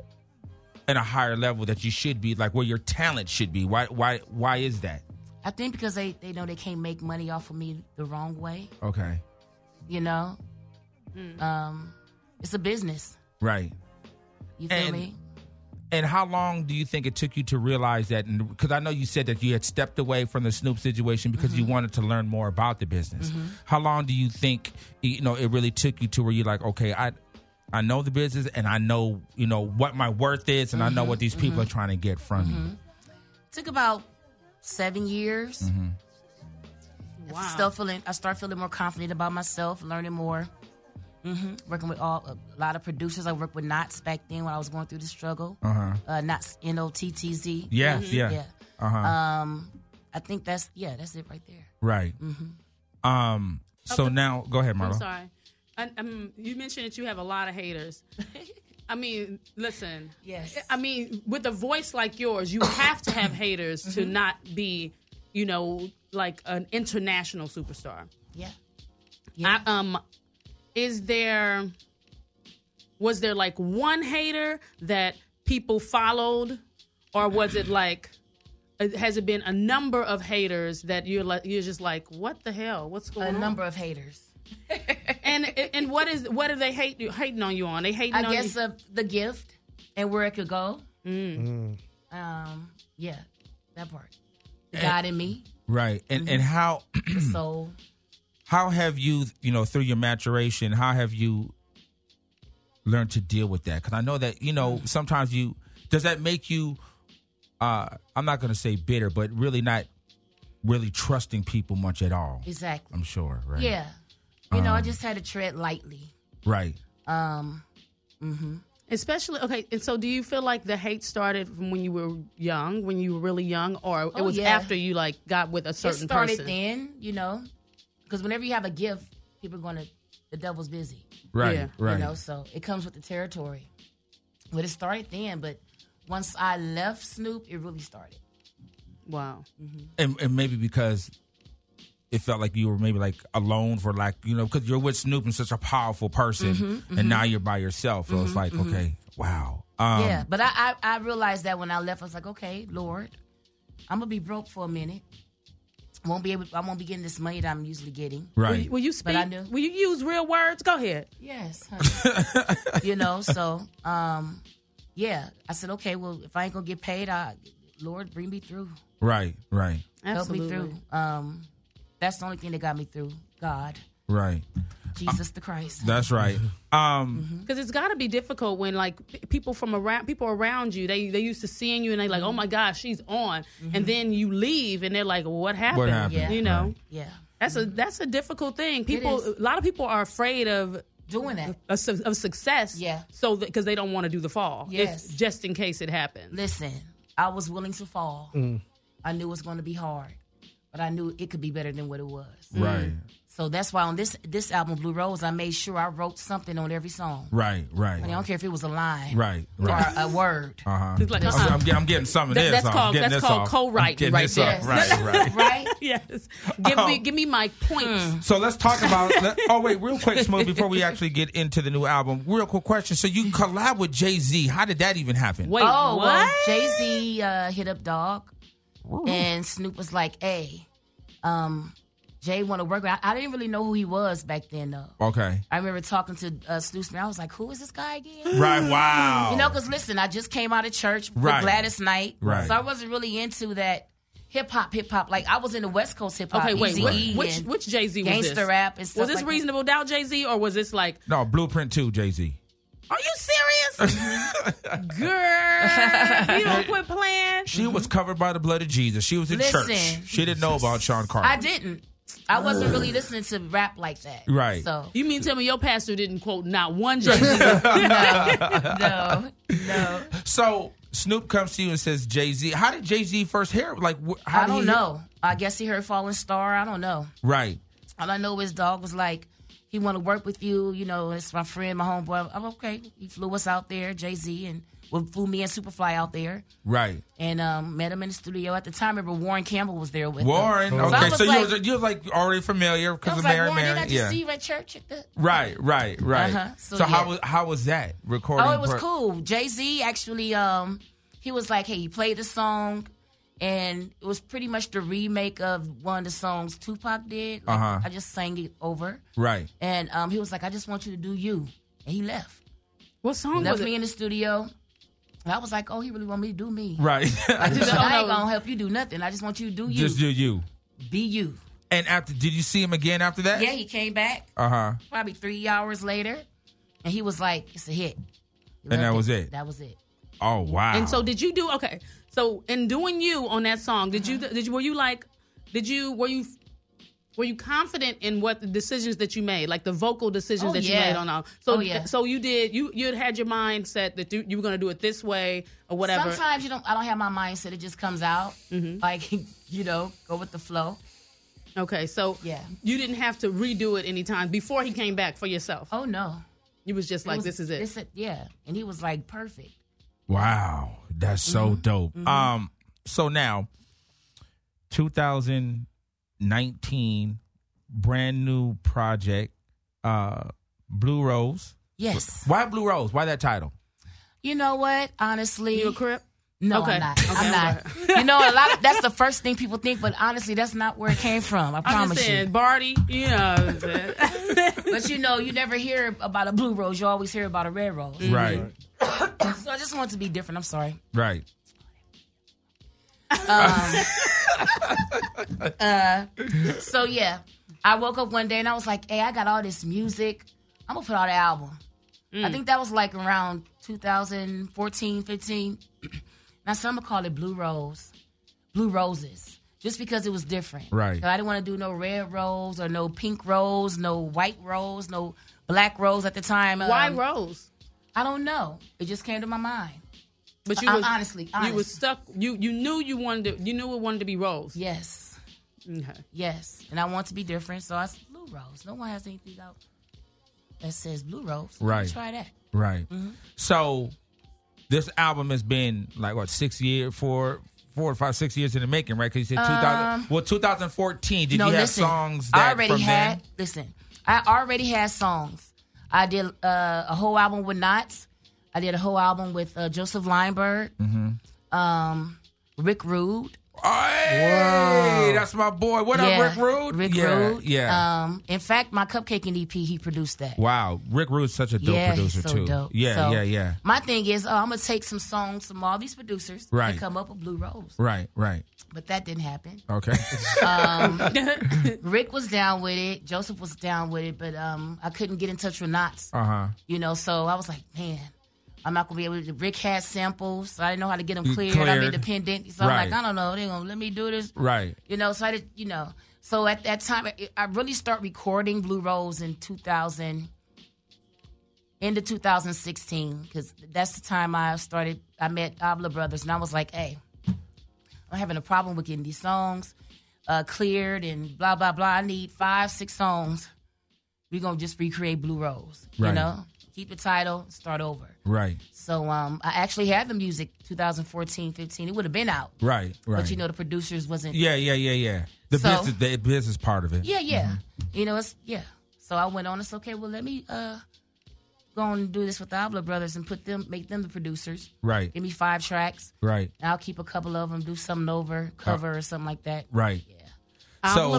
B: in a higher level that you should be, like where your talent should be. Why why why is that?
D: I think because they, they know they can't make money off of me the wrong way.
B: Okay.
D: You know, um, it's a business.
B: Right.
D: You feel
B: And-
D: me?
B: And how long do you think it took you to realize that? Because I know you said that you had stepped away from the Snoop situation because you wanted to learn more about the business. How long do you think you know it really took you to where you're like, okay, I, I know the business and I know you know what my worth is and I know what these people are trying to get from
D: Took about seven years.
B: Mhm.
D: I still feeling. I start feeling more confident about myself, learning more. hmm Working with all a lot of producers. I worked with Knots back then when I was going through the struggle.
B: you. Uh huh.
D: Uh, Knots N O T T Z.
B: Yeah, yeah. Uh huh.
D: Um, I think that's yeah, that's it right there.
B: right. Um. So
E: Okay.
B: now, go ahead,
E: I'm
B: Marlo.
E: sorry. I, um, you mentioned that you have a lot of haters. I mean, listen.
D: Yes.
E: I mean, with a voice like yours, you have to have haters to
D: Mm-hmm.
E: not be, you know, like an international superstar.
D: Yeah.
E: I, um, is there was there like one hater that people followed, or was it like uh, has it been a number of haters that you're like you're just like what the hell what's going
D: A
E: on?
D: number of haters.
E: and and what is what do they hate you hating on you on? They hating
D: I
E: on
D: guess
E: you.
D: uh, the gift and where it could go.
E: Mm.
D: Um, yeah, that part.
E: Eh.
D: God in me,
B: Right. And and how
D: the soul.
B: how have you you know through your maturation how have you learned to deal with that because i know that you
D: Mm.
B: know sometimes you does that make you uh i'm not gonna say bitter but really not really trusting people much at all
D: Exactly.
B: i'm sure right
D: Yeah. You
E: Um.
D: know, I just had to tread lightly.
B: right
D: Um, mm-hmm.
E: Especially okay, and so do you feel like the hate started from when you were young, when you were really young, or it
D: Oh,
E: was
D: yeah.
E: after you like got with a certain
D: it started
E: person?
D: then, you know, because whenever you have a gift, people are going to, the devil's busy.
B: right
E: Yeah.
D: You
B: right
D: know, so it comes with the territory. But it started then, but once I left Snoop, it really started.
E: Wow.
B: and, and maybe because it felt like you were maybe like alone for like you know because you're with Snoop and such a powerful person,
D: Mm-hmm,
B: and now you're by yourself. So it's like okay, wow, um,
D: yeah, but I, I I realized that when I left, I was like, okay, Lord, I'm gonna be broke for a minute. Won't be able. I won't be getting this money that I'm usually getting.
E: Will
B: right,
E: you, will you speak?
D: But I knew.
E: Will you use real words? Go ahead.
D: Yes, honey. you know. So, um, yeah, I said, okay, well, if I ain't gonna get paid, I, Lord, bring me through,
B: right, right,
D: help me through. Um, that's the only thing that got me through. God,
B: right.
D: Jesus the Christ.
B: That's right.
E: Mm-hmm.
B: Um,
E: Because it's got to be difficult when like p- people from around people around you they they used to seeing you and they like
D: Mm-hmm.
E: oh my gosh she's on and then you leave and they're like what happened,
B: happened?
D: Yeah.
E: you know
B: Right.
D: yeah,
E: that's a that's a difficult thing people
D: is.
E: a lot of people are afraid of
D: doing that.
E: of, su- of success
D: Yeah.
E: so because they don't want to do the fall if-
D: Yes.
E: just in case it happens
D: Listen, I was willing to fall. I knew it was gonna be hard, but I knew it could be better than what it was.
E: Mm-hmm.
B: Right,
D: So that's why on this this album, Blue Rose, I made sure I wrote something on every song.
B: right, right,
D: I, mean, I don't care if it was a line
B: right,
D: or
B: right.
D: a word,
B: Uh-huh.
E: It's like,
B: I'm-
E: uh-uh.
B: I'm, get- I'm getting some of
E: That-
B: this.
E: that's
B: off.
E: called-
B: Getting
E: that's
B: this
E: called
B: off.
E: co-writing
B: I'm getting
E: right
B: this
E: there.
B: off. Right, right.
D: right?
E: yes give
D: Oh.
E: me give me my points
D: Hmm.
B: So let's talk about. let- oh wait, real quick, smooth. Before we actually get into the new album, real quick question. So you collab with Jay Z? How did that even happen?
E: wait
D: Oh,
E: what
D: well, Jay Z uh, hit up Dog, and Snoop was like, "Hey, um, Jay want to work." with-" I, I didn't really know who he was back then, though.
B: Okay.
D: I remember talking to uh, Snoop, and I was like, "Who is this guy again?"
B: Right. Wow.
D: You know, because listen, I just came out of church for
B: Right.
D: Gladys Knight,
B: Right.
D: so I wasn't really into that hip hop, hip hop. Like I was in the West Coast hip hop.
E: Okay, wait.
D: Eazy-E
E: Which, which
D: and
E: which Jay Z was
D: gangsta
E: this?
D: rap and stuff
E: was this
D: like that.
E: reasonable doubt Jay Z or was this like?
B: no, Blueprint Two, Jay Z.
E: Are you serious, girl? You don't quit playing.
B: She was covered by the blood of Jesus. She was in
D: Listen.
B: church. She didn't know about Sean Carter.
D: I didn't. I wasn't really listening to rap like that.
B: Right.
D: So
E: You mean tell me your pastor didn't quote not one Jay Z?
D: no, no.
B: So Snoop comes to you and says, "Jay Z, how did Jay Z first hear? it? Like, wh- how
D: I
B: did he
D: don't
B: hear-
D: know. I guess he heard Falling Star. I don't know.
B: Right.
D: All I know is dog was like, he want to work with you. You know, it's my friend, my homeboy. I'm okay. He flew us out there, Jay Z, and well, flew me and Superfly out there.
B: Right.
D: And um, met him in the studio at the time. I remember Warren Campbell was there with
B: Warren.
D: Him.
B: Okay,
D: I
B: so,
D: like,
B: you was, you was like already familiar
D: I
B: because
D: was
B: of
D: like,
B: Mary
D: Warren, did I
B: Mary.
D: just
B: Yeah.
D: see you at church? At the-
B: Right, right, right.
D: Uh-huh,
B: So,
D: so
B: how
D: yeah.
B: was how was that recording?
D: Oh, it was
B: pro-
D: cool. Jay Z actually, um, he was like, "Hey, you play the song," and it was pretty much the remake of one of the songs Tupac did. Like,
B: Uh-huh.
D: I just sang it over,
B: Right.
D: and um, he was like, "I just want you to do you," and he left.
E: What song
D: left
E: was
D: me
E: it?
D: in the studio, and I was like, "Oh, he really want me to do me."
B: Right.
D: I, just,
E: don't
D: I ain't
E: know.
D: gonna help you do nothing. I just want you to do you,
B: Just do you.
D: be you.
B: And after, did you see him again after that?
D: Yeah, he came back
B: Uh huh.
D: probably three hours later, and he was like, "It's a hit." He
B: And that
D: loved
B: was it.
D: That was it.
B: Oh wow.
E: And so did you do okay? So in doing you on that song, did you did you were you like did you were you were you confident in what the decisions that you made, like the vocal decisions
D: Oh,
E: that
D: yeah.
E: you made on all? So
D: Oh, yeah.
E: so you did you you had had your mind set that you, you were going to do it this way or whatever. Mm-hmm.
D: Sometimes you don't. I don't have my mindset. It just comes out. Like you know, go with the flow.
E: Okay, so
D: Yeah.
E: you didn't have to redo it anytime before he came back for yourself.
D: Oh no,
E: You was just like
D: was-
E: this is it.
D: yeah, and he was like perfect.
B: Wow, that's so
D: Mm-hmm.
B: dope. Um, so now, 2019, brand new project, uh, Blue Rose.
D: Yes.
B: Why Blue Rose? Why that title?
D: You know what? Honestly,
E: you a crip?
D: no,
E: Okay.
D: I'm not. I'm not. you know, a lot. Of, that's the first thing people think, but honestly, that's not where it came from. I
E: I'm
D: promise
E: just saying,
D: you.
E: Barty. You know,
D: But you know, you never hear about a blue rose. You always hear about a red rose.
B: Right,
D: So I just want to be different. I'm sorry.
B: right.
D: So yeah, I woke up one day and I was like, "Hey, I got all this music. I'm gonna put out an album." I think that was like around 2014, 15. and I said, "I'm gonna call it Blue Rose, Blue Roses." Just because it was different,
B: Right.
D: So I didn't want to do no red rose or no pink rose, no white rose, no black rose at the time.
E: why
D: Um,
E: Rose?
D: I don't know. It just came to my mind.
E: But you
D: I'm
E: was
D: honestly-
E: you was
D: honest.
E: stuck. You you knew you wanted to, you knew it wanted to be Rose.
D: Yes,
E: Okay.
D: yes, and I want to be different. So I said, Blue Rose. No one has anything out that says Blue Rose. Let me
B: Right.
D: Try that.
B: Right.
D: Mm-hmm.
B: So this album has been like what six years four four or five six years in the making, right? Because you said 2000. well, 2014. Did you have songs that
D: Um, I already
B: from
D: had.
B: then?
D: Listen, I already had songs. I did uh, a whole album with Knots. I did a whole album with uh, Joseph Lineberg,
B: Mm-hmm.
D: um, Rick Rude.
B: Hey,
C: Wow.
B: that's my boy. What up, Rick Rude?
D: Rick
B: yeah,
D: Rude.
B: Yeah.
D: Um, in fact, my Cupcake and EP, he produced that.
B: Wow, Rick Rude's such a dope
D: yeah,
B: producer
D: he's so
B: too.
D: dope.
B: Yeah,
D: So,
B: yeah, yeah.
D: My thing is, oh, I'm gonna take some songs from all these producers
B: Right.
D: and come up with Blue Rose,
B: Right, right.
D: but that didn't happen.
B: Okay.
D: Rick was down with it. Joseph was down with it, but um, I couldn't get in touch with Knots.
B: uh huh.
D: You know, so I was like, man, I'm not gonna be able to. Rick had samples, so I didn't know how to get them
B: You
D: cleared. I'm
B: Mm, cleared.
D: independent, so
B: Right.
D: I'm like, I don't know, they gonna let me do this,
B: Right.
D: you know. So I did, you know. So at that time, I, I really start recording Blue Rose in 2000, into 2016, because that's the time I started. I met Avla Brothers, and I was like, hey, I'm having a problem with getting these songs uh, cleared and blah blah blah. I need five, six songs. We're gonna just recreate Blue Rose.
B: Right.
D: You know? Keep the title, start over.
B: Right.
D: So um I actually had the music 2014, 15. It would have been out.
B: Right. Right.
D: But you know the producers wasn't
B: Yeah, yeah, yeah, yeah. The
D: So-
B: business, the business part of it.
D: Yeah, yeah.
B: Mm-hmm.
D: You know, it's yeah. So I went on and said, okay, well let me uh go and do this with the Avla brothers and put them make them the producers.
B: Right.
D: Give me five tracks.
B: Right.
D: And I'll keep a couple of them, do something over, cover or something like that.
B: Right.
E: Alma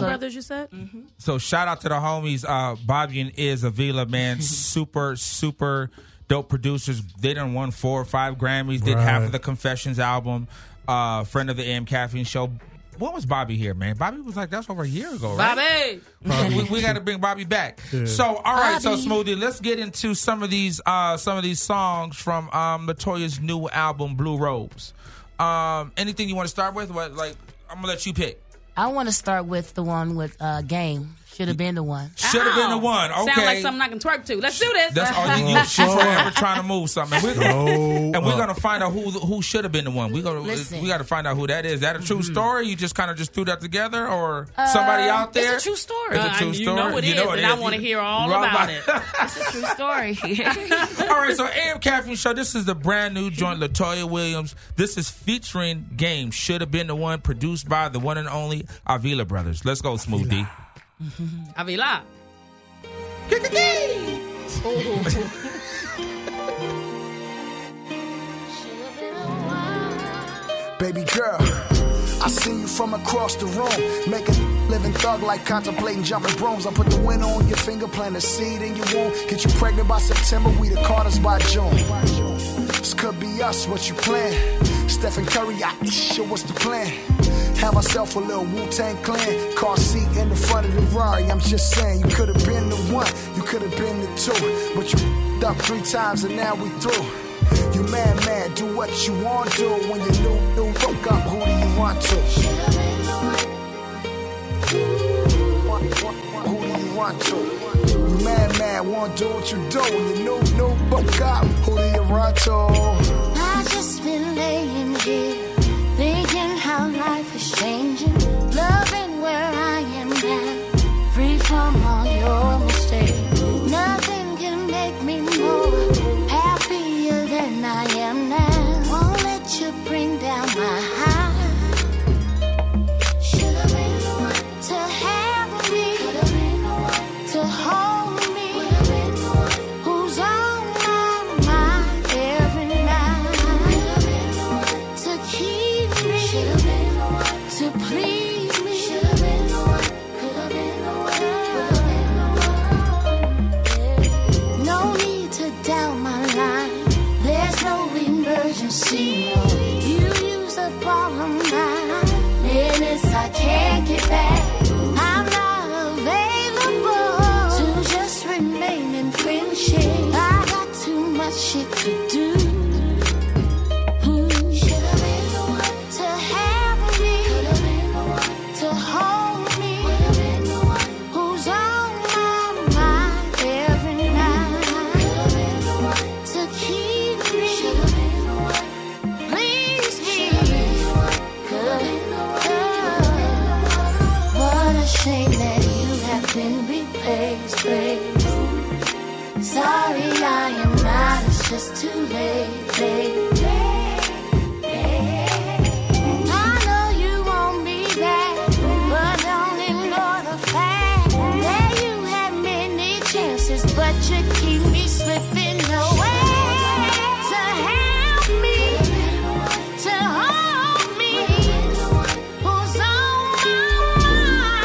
B: So-
E: Brothers, you said.
B: So shout out to the homies, uh, Bobby and Iz Avila, man, super, super dope producers. They done won four or five Grammys. Did half of
C: Right.
B: the Confessions album. Uh, friend of the AM Caffeine Show. When was Bobby here, man? Bobby was like that's over a year ago, right?
E: Bobby.
B: we, we got to bring Bobby back. So, all right, so Smoothie, let's get into some of these uh, some of these songs from um, Latoya's new album, Blue Robes. Um, anything you want to start with? What like I'm gonna let you pick.
D: I wanna start with the one with uh Game. Should have been the one.
B: Should have been the one. Okay.
E: Sound like something I can twerk to. Let's do this.
B: That's all you, you she's forever trying to move something. We're gonna, and
H: Uh.
B: we're gonna find out who who should have been the one. We gonna
D: Listen. Mm-hmm.
B: we gotta find out who that is. Is that a true story? You just kind of just threw that together, or somebody
D: Uh,
B: out there?
D: It's a true story.
B: It's a true
E: Uh, you
B: story.
E: know it is, and I wanna
B: You-
E: hear all
B: Right
E: about
D: It's a true story.
B: All right, so AM Caffeine Show. This is the brand new joint, Latoya Williams. This is featuring Game. Should have been the one produced by the one and only Avila Brothers. Let's go, Smooth D.
E: Avila.
J: Baby girl, I see you from across the room. Make a living thug like contemplating jumping brooms. I put the winter on your finger, plant a seed in your womb. Get you pregnant by September, we the Carters by June. This could be us, what you plan? Stephen Curry, I sure what's the plan? Have myself a little Wu Tang clan. Car seat in the front of the Rari. I'm just saying, you could have been the one, you could have been the two. But you up three times and now we through. You mad, mad, do what you want to. When you new, new, woke up, who do you want to? Who do you want to? You mad, mad, want to do what you do. When you new, new, woke up, who do you want to?
G: I just been laying here thinking how life is changing, loving where I am now, free from all your mistakes. Nothing can make me more happier than I am now. Won't let you bring down my heart. Should have been the one to have me, could have been the one to hold me, would have been the one who's on my mind every night. To keep me, to please me. No need to doubt my line. There's no emergency. no. You use up all of mine. Minutes I can't get back. I'm not available to just remain in friendship. I got too much shit to do. Should have been the one to have me. Could have been the one to hold me. Would have been the one who's on my mind every night. Could have been the one to keep me. Should have been the one. Please me. Should have been the one. Could have been the one. What a shame that you have been replaced, babe. Sorry, I am not. It's just too late, babe. I know you want me back, but don't ignore the fact that you had many chances, but you keep me slipping away. To help me, to hold me, who's on my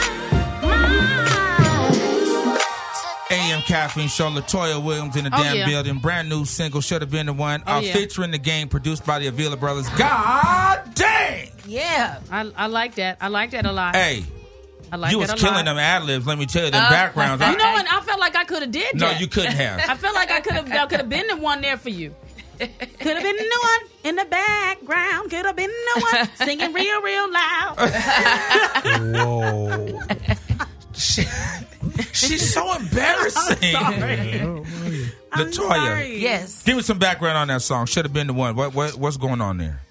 G: mind?
B: AM Caffeine Show, Latoya Williams in the
E: Oh,
B: damn
E: yeah.
B: building. Brand new single, should have been the one.
E: Oh,
B: uh,
E: yeah.
B: Featuring the game, produced by the Avila Brothers. God dang!
E: Yeah. I, I like that. I like that a lot.
B: Hey,
E: I like
B: you
E: that
B: was
E: a
B: killing
E: lot.
B: them ad libs. Let me tell you, them
E: Uh,
B: backgrounds. I-
E: You know what? I felt like I could have did
B: no,
E: that.
B: you couldn't
E: I
B: have.
E: felt like I could have. I could have been the one there for you. Could have been the one in the background. Could have been the one singing real, real loud.
B: Whoa. she, she's so embarrassing.
E: I'm sorry.
D: yes.
B: Give me some background on that song. Should have been the one. What, what what's going on there?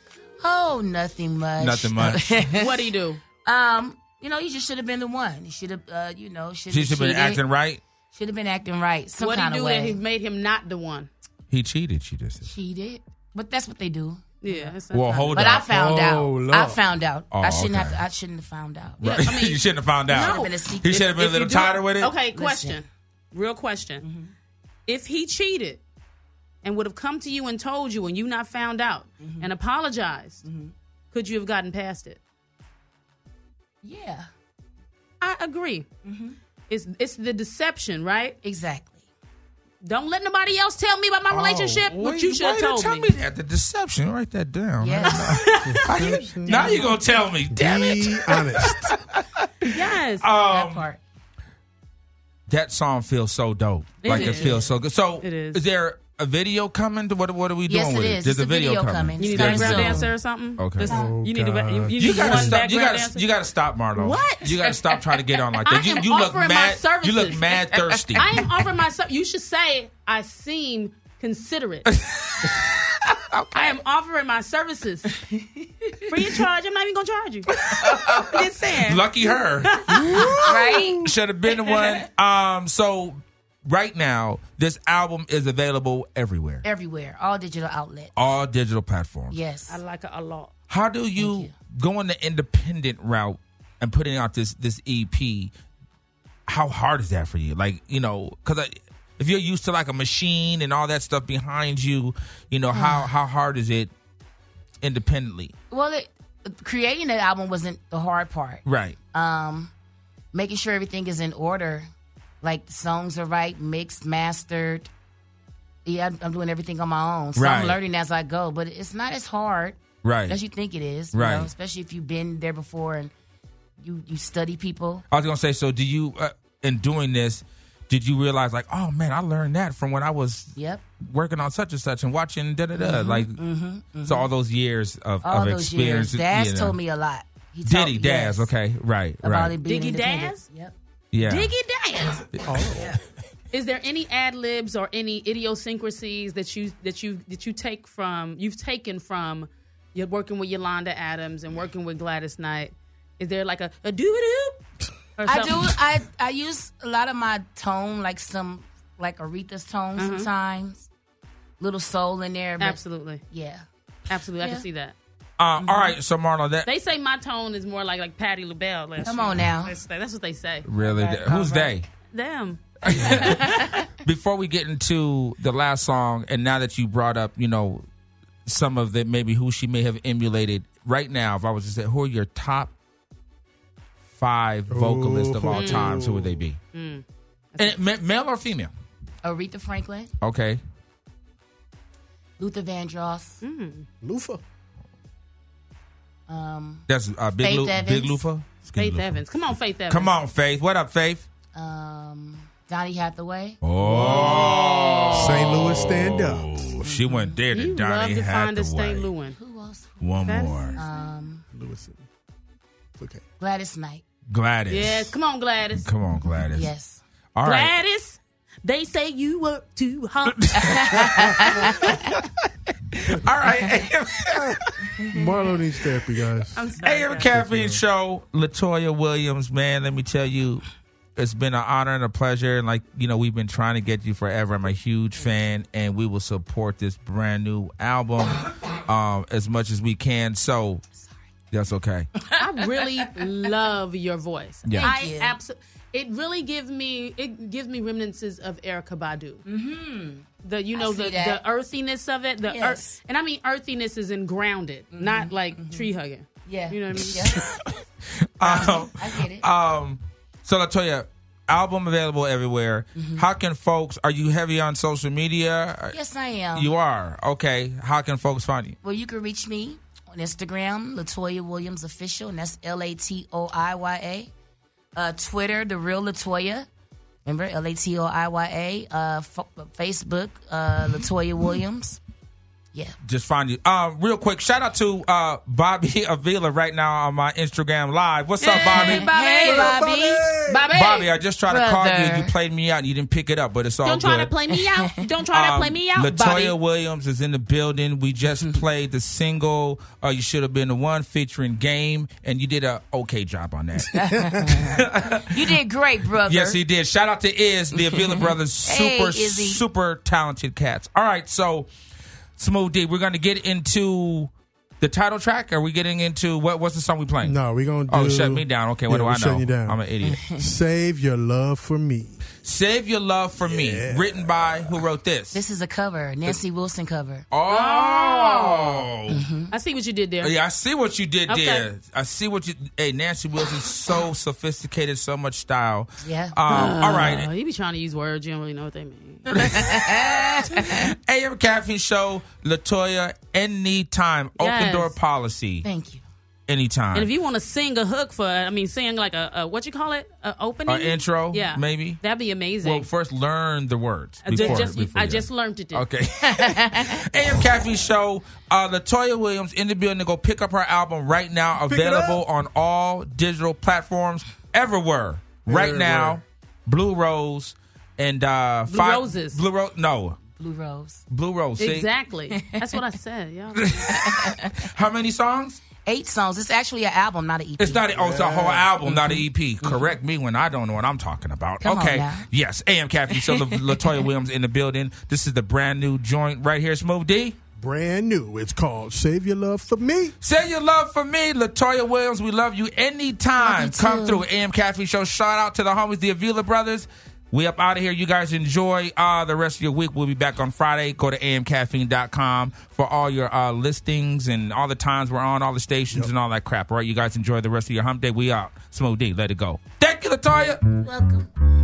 D: Oh, nothing much.
B: Nothing much.
E: What do you do?
D: um, you know, you just should have been the one. You should have, uh, you know, should
B: She should have been acting right.
D: Should have been acting right. Some
E: what do you
D: kind
E: do
D: of
E: that he
D: way.
E: made him not the one?
B: He cheated. She just said.
D: Cheated, but that's what they do.
E: Yeah. that's-
B: Well, hold
D: But
B: up.
D: I found out.
C: Oh, Lord.
D: I found out.
B: Oh,
D: I shouldn't
B: okay.
D: have. I shouldn't have found out.
E: Yeah, I mean,
B: you shouldn't have found
E: No.
B: out.
D: It should've been a
B: He
D: secret.
B: should have been a
E: if you
B: little
E: do-
B: tighter with it.
E: Okay, question. Real question. If he cheated and would have come to you and told you and you not found out and apologized, could you have gotten past it?
D: Yeah,
E: I agree. Mm-hmm. It's it's the deception, right?
D: exactly.
E: Don't let nobody else tell me about my relationship,
B: Oh,
E: but
B: wait,
E: you should have
B: wait to
E: told
B: tell
E: me.
B: me. that. The deception. Write that down.
D: Yes.
B: Now you're gonna tell me. Damn it.
C: Be honest.
E: Yes.
B: Uh,
D: that part.
B: That song feels so dope.
E: It
B: like it
E: is.
B: feels so good. So
E: It is.
B: there a video coming? What what are we doing
E: Yes,
B: with
E: it
B: it?
E: is.
B: There's a
E: It's a
B: video,
E: video
B: coming.
E: coming. You need a
B: There's
E: background
B: a-
E: dancer or something?
B: Okay.
E: This- Oh, you need a ba- you- you
B: You
E: need
B: gotta
E: one
B: stop. You
E: background
B: gotta
E: dancer?
B: you gotta stop, Marlo.
E: What?
B: You gotta stop trying to get on like
E: I
B: that. You
E: am
B: you look
E: offering
B: mad.
E: my
B: You
E: services.
B: look mad thirsty.
E: I am offering my ser- You should say I seem considerate. I am offering my services free of charge. I'm not even gonna charge you. I'm just saying.
B: Lucky her.
E: right?
B: Should have been the one. Um. So right now, this album is available everywhere,
D: Everywhere, all digital outlets.
B: all digital platforms.
D: Yes. I
E: like it a lot.
B: How do you, go on the independent route and putting out this this EP? How hard is that for you? Like you know, because if you're used to like a machine and all that stuff behind you, you know how how hard is it independently?
D: Well, it, creating the album wasn't the hard part.
B: Right.
D: Um, making sure everything is in order, like the songs are right, mixed, mastered. Yeah, I'm, I'm doing everything on my own, so
B: Right.
D: I'm learning as I go. But it's not as hard,
B: Right.
D: As you think it is, you
B: Right.
D: know, especially if you've been there before and you you study people.
B: I was gonna say, so do you uh, in doing this? Did you realize like, oh man, I learned that from when I was
D: Yep.
B: working on such and such and watching da da da.
D: Mhm,
B: Like,
D: mhm, mhm.
B: so all those years of,
D: All
B: of
D: those
B: experience.
D: years, Daz
B: you know.
D: told me a lot. He
B: Did
D: taught-
B: he? Daz.
D: yes,
B: Okay. Right.
D: about
B: right.
D: it being
E: Diggy
D: independent.
E: Daz?
D: Yep.
B: Yeah.
E: Diggy Daz.
B: Oh.
E: Is there any ad libs or any idiosyncrasies that you that you that you take from you've taken from you're working with Yolanda Adams and working with Gladys Knight? Is there like a, a doo doop?
D: I do. I I use a lot of my tone, like some like Aretha's tone
E: Mhm.
D: sometimes. Little soul in there. but-
E: Absolutely.
D: Yeah.
E: Absolutely. I
D: Yeah.
E: can see that.
B: Uh,
D: Mm-hmm.
B: all right. So Marlon, that
E: They say my tone is more like like Patty LaBelle. Like,
D: Come on now.
E: That's, that's what they say.
B: really. who's they?
E: Them.
B: Before we get into the last song, and now that you brought up, you know, some of the maybe who she may have emulated. Right now, if I was to say, who are your top five vocalists of all
D: Ooh.
B: times? Who would they be?
D: Mm.
B: And ma- male or female?
D: Aretha Franklin,
B: Okay.
D: Luther Vandross,
C: Lufa.
D: Um,
B: That's uh, Big
D: Faith
B: Lu-
D: Evans.
B: Big Lufa. Excuse
E: Faith
B: me, Lufa.
E: Evans. Come on, Faith Evans.
B: Come on, Faith. What up, Faith?
D: um, Donny Hathaway.
B: Oh,
C: St. Louis stand up.
B: She went there to
E: You
B: Donnie
E: love to find a St.
B: Hathaway.
E: Louis.
D: Who else?
B: One
E: That's-
B: more,
D: Um,
C: Lewis. It's okay.
D: Gladys Knight.
B: Gladys.
E: Yes. Come on, Gladys.
B: Come on, Gladys.
D: Yes.
B: All right.
E: Gladys. They say you were too hot.
B: All right.
C: Marlo needs therapy, guys.
E: I'm
B: AM Caffeine Show, Latoya Williams, man, let me tell you, it's been an honor and a pleasure. And like, you know, we've been trying to get you forever. I'm a huge fan, and we will support this brand new album um, as much as we can. So that's okay.
E: I really love your voice.
B: Yeah.
E: I
B: Thank you.
E: absolutely. It really gives me it gives me reminiscences of Erica Badu. Mm-hmm. The you
D: I
E: know
D: see
E: the,
D: that.
E: the earthiness of it. The ear-
D: Yes. Mm-hmm.
E: and I mean earthiness is in grounded, not like tree hugging.
D: Yeah.
E: You know what I mean?
B: Um,
D: I get it.
B: Um, so Latoya, album available everywhere. How can folks? Are you heavy on social media?
D: Yes, I am.
B: You are okay. How can folks find you?
D: Well, you can reach me on Instagram, Latoya Williams Official, and that's L A T O I Y A. Uh, Twitter, The Real Latoya. Remember, L A T O I Y A. Uh, f- Facebook, uh, Latoya Williams. Yeah.
B: Just find you. Um, real quick, shout out to uh, Bobby Avila right now on my Instagram live. What's up, Bobby?
D: Hey, Bobby.
E: Bobby.
B: Bobby, I just tried to call you.
D: Brother.
B: You played me out. and You didn't pick it up, but it's all
E: Don't
B: good.
E: try to play me out. Don't try to
B: Um,
E: play me out,
B: Latoya
E: Bobby. Mm-hmm.
B: Williams is in the building. We just played the single uh, "You Should Have Been the One" featuring Game, and you did a okay job on that.
D: You did great, brother.
B: Yes, he did. Shout out to Iz, the Avila brothers.
D: Hey,
B: Super,
D: Izzy.
B: super talented cats. All right, so Smooth D, we're going to get into the title track. Are we getting into what? What's the song we playing?
C: No, we're gonna do.
B: Oh, shut me down. Okay, what
C: Yeah,
B: do
C: we're
B: I know?
C: shutting you down.
B: I'm an idiot.
C: Save your love for me.
B: Save your love for me. Written by who wrote this?
D: This is a cover, Nancy Wilson cover.
B: Oh.
E: I see what you did there.
B: Yeah, I see what you did
E: Okay.
B: there. I see what you. Hey, Nancy Wilson's so sophisticated, so much style.
E: Yeah.
B: Um, all right.
E: You Oh, be trying to use words. You don't really know what they mean.
B: AM Caffeine Show, Latoya, anytime. Open
E: Yes.
B: door policy.
D: Thank you.
B: anytime.
E: And if you want to sing a hook for, I mean, sing like a, a what you call it, a opening,
B: An intro,
E: yeah,
B: maybe?
E: that'd be amazing.
B: Well, first learn the words.
E: I just,
B: before-
E: just-
B: before
E: I
B: you-
E: just learned it.
B: Okay. AM Caffeine Show. Uh, Latoya Williams in the building. Go pick up her album right now.
E: Pick it up.
B: Available on all digital platforms everywhere. Right
D: Everywhere.
B: now. Blue Rose and uh,
E: Blue
B: five,
E: Roses.
B: Blue Rose. No.
D: Blue Rose.
B: Blue Rose. See?
E: Exactly. That's what I said. Yeah.
B: How many songs?
D: Eight songs. It's actually an album, not an E EP.
B: It's not. Oh, it's a whole album, not an EP. Correct me when I don't know what I'm talking about.
D: Mm-hmm. Come on
B: okay.
D: now.
B: Yes. AM Caffeine Show. La- Latoya Williams in the building. This is the brand new joint right here. Smooth D.
C: Brand new. It's called Save Your Love for Me.
B: Say your love for me, Latoya Williams. We love you anytime. Come through. AM Caffeine Show. Shout out to the homies, the Avila brothers. We up out of here. You guys enjoy uh, the rest of your week. We'll be back on Friday. Go to amcaffeine.com for all your uh, listings and all the times we're on, all the stations and all that crap. All right, you guys enjoy the rest of your hump day. We out. Smooth D, let it go. Thank you, Latoya.
D: Welcome.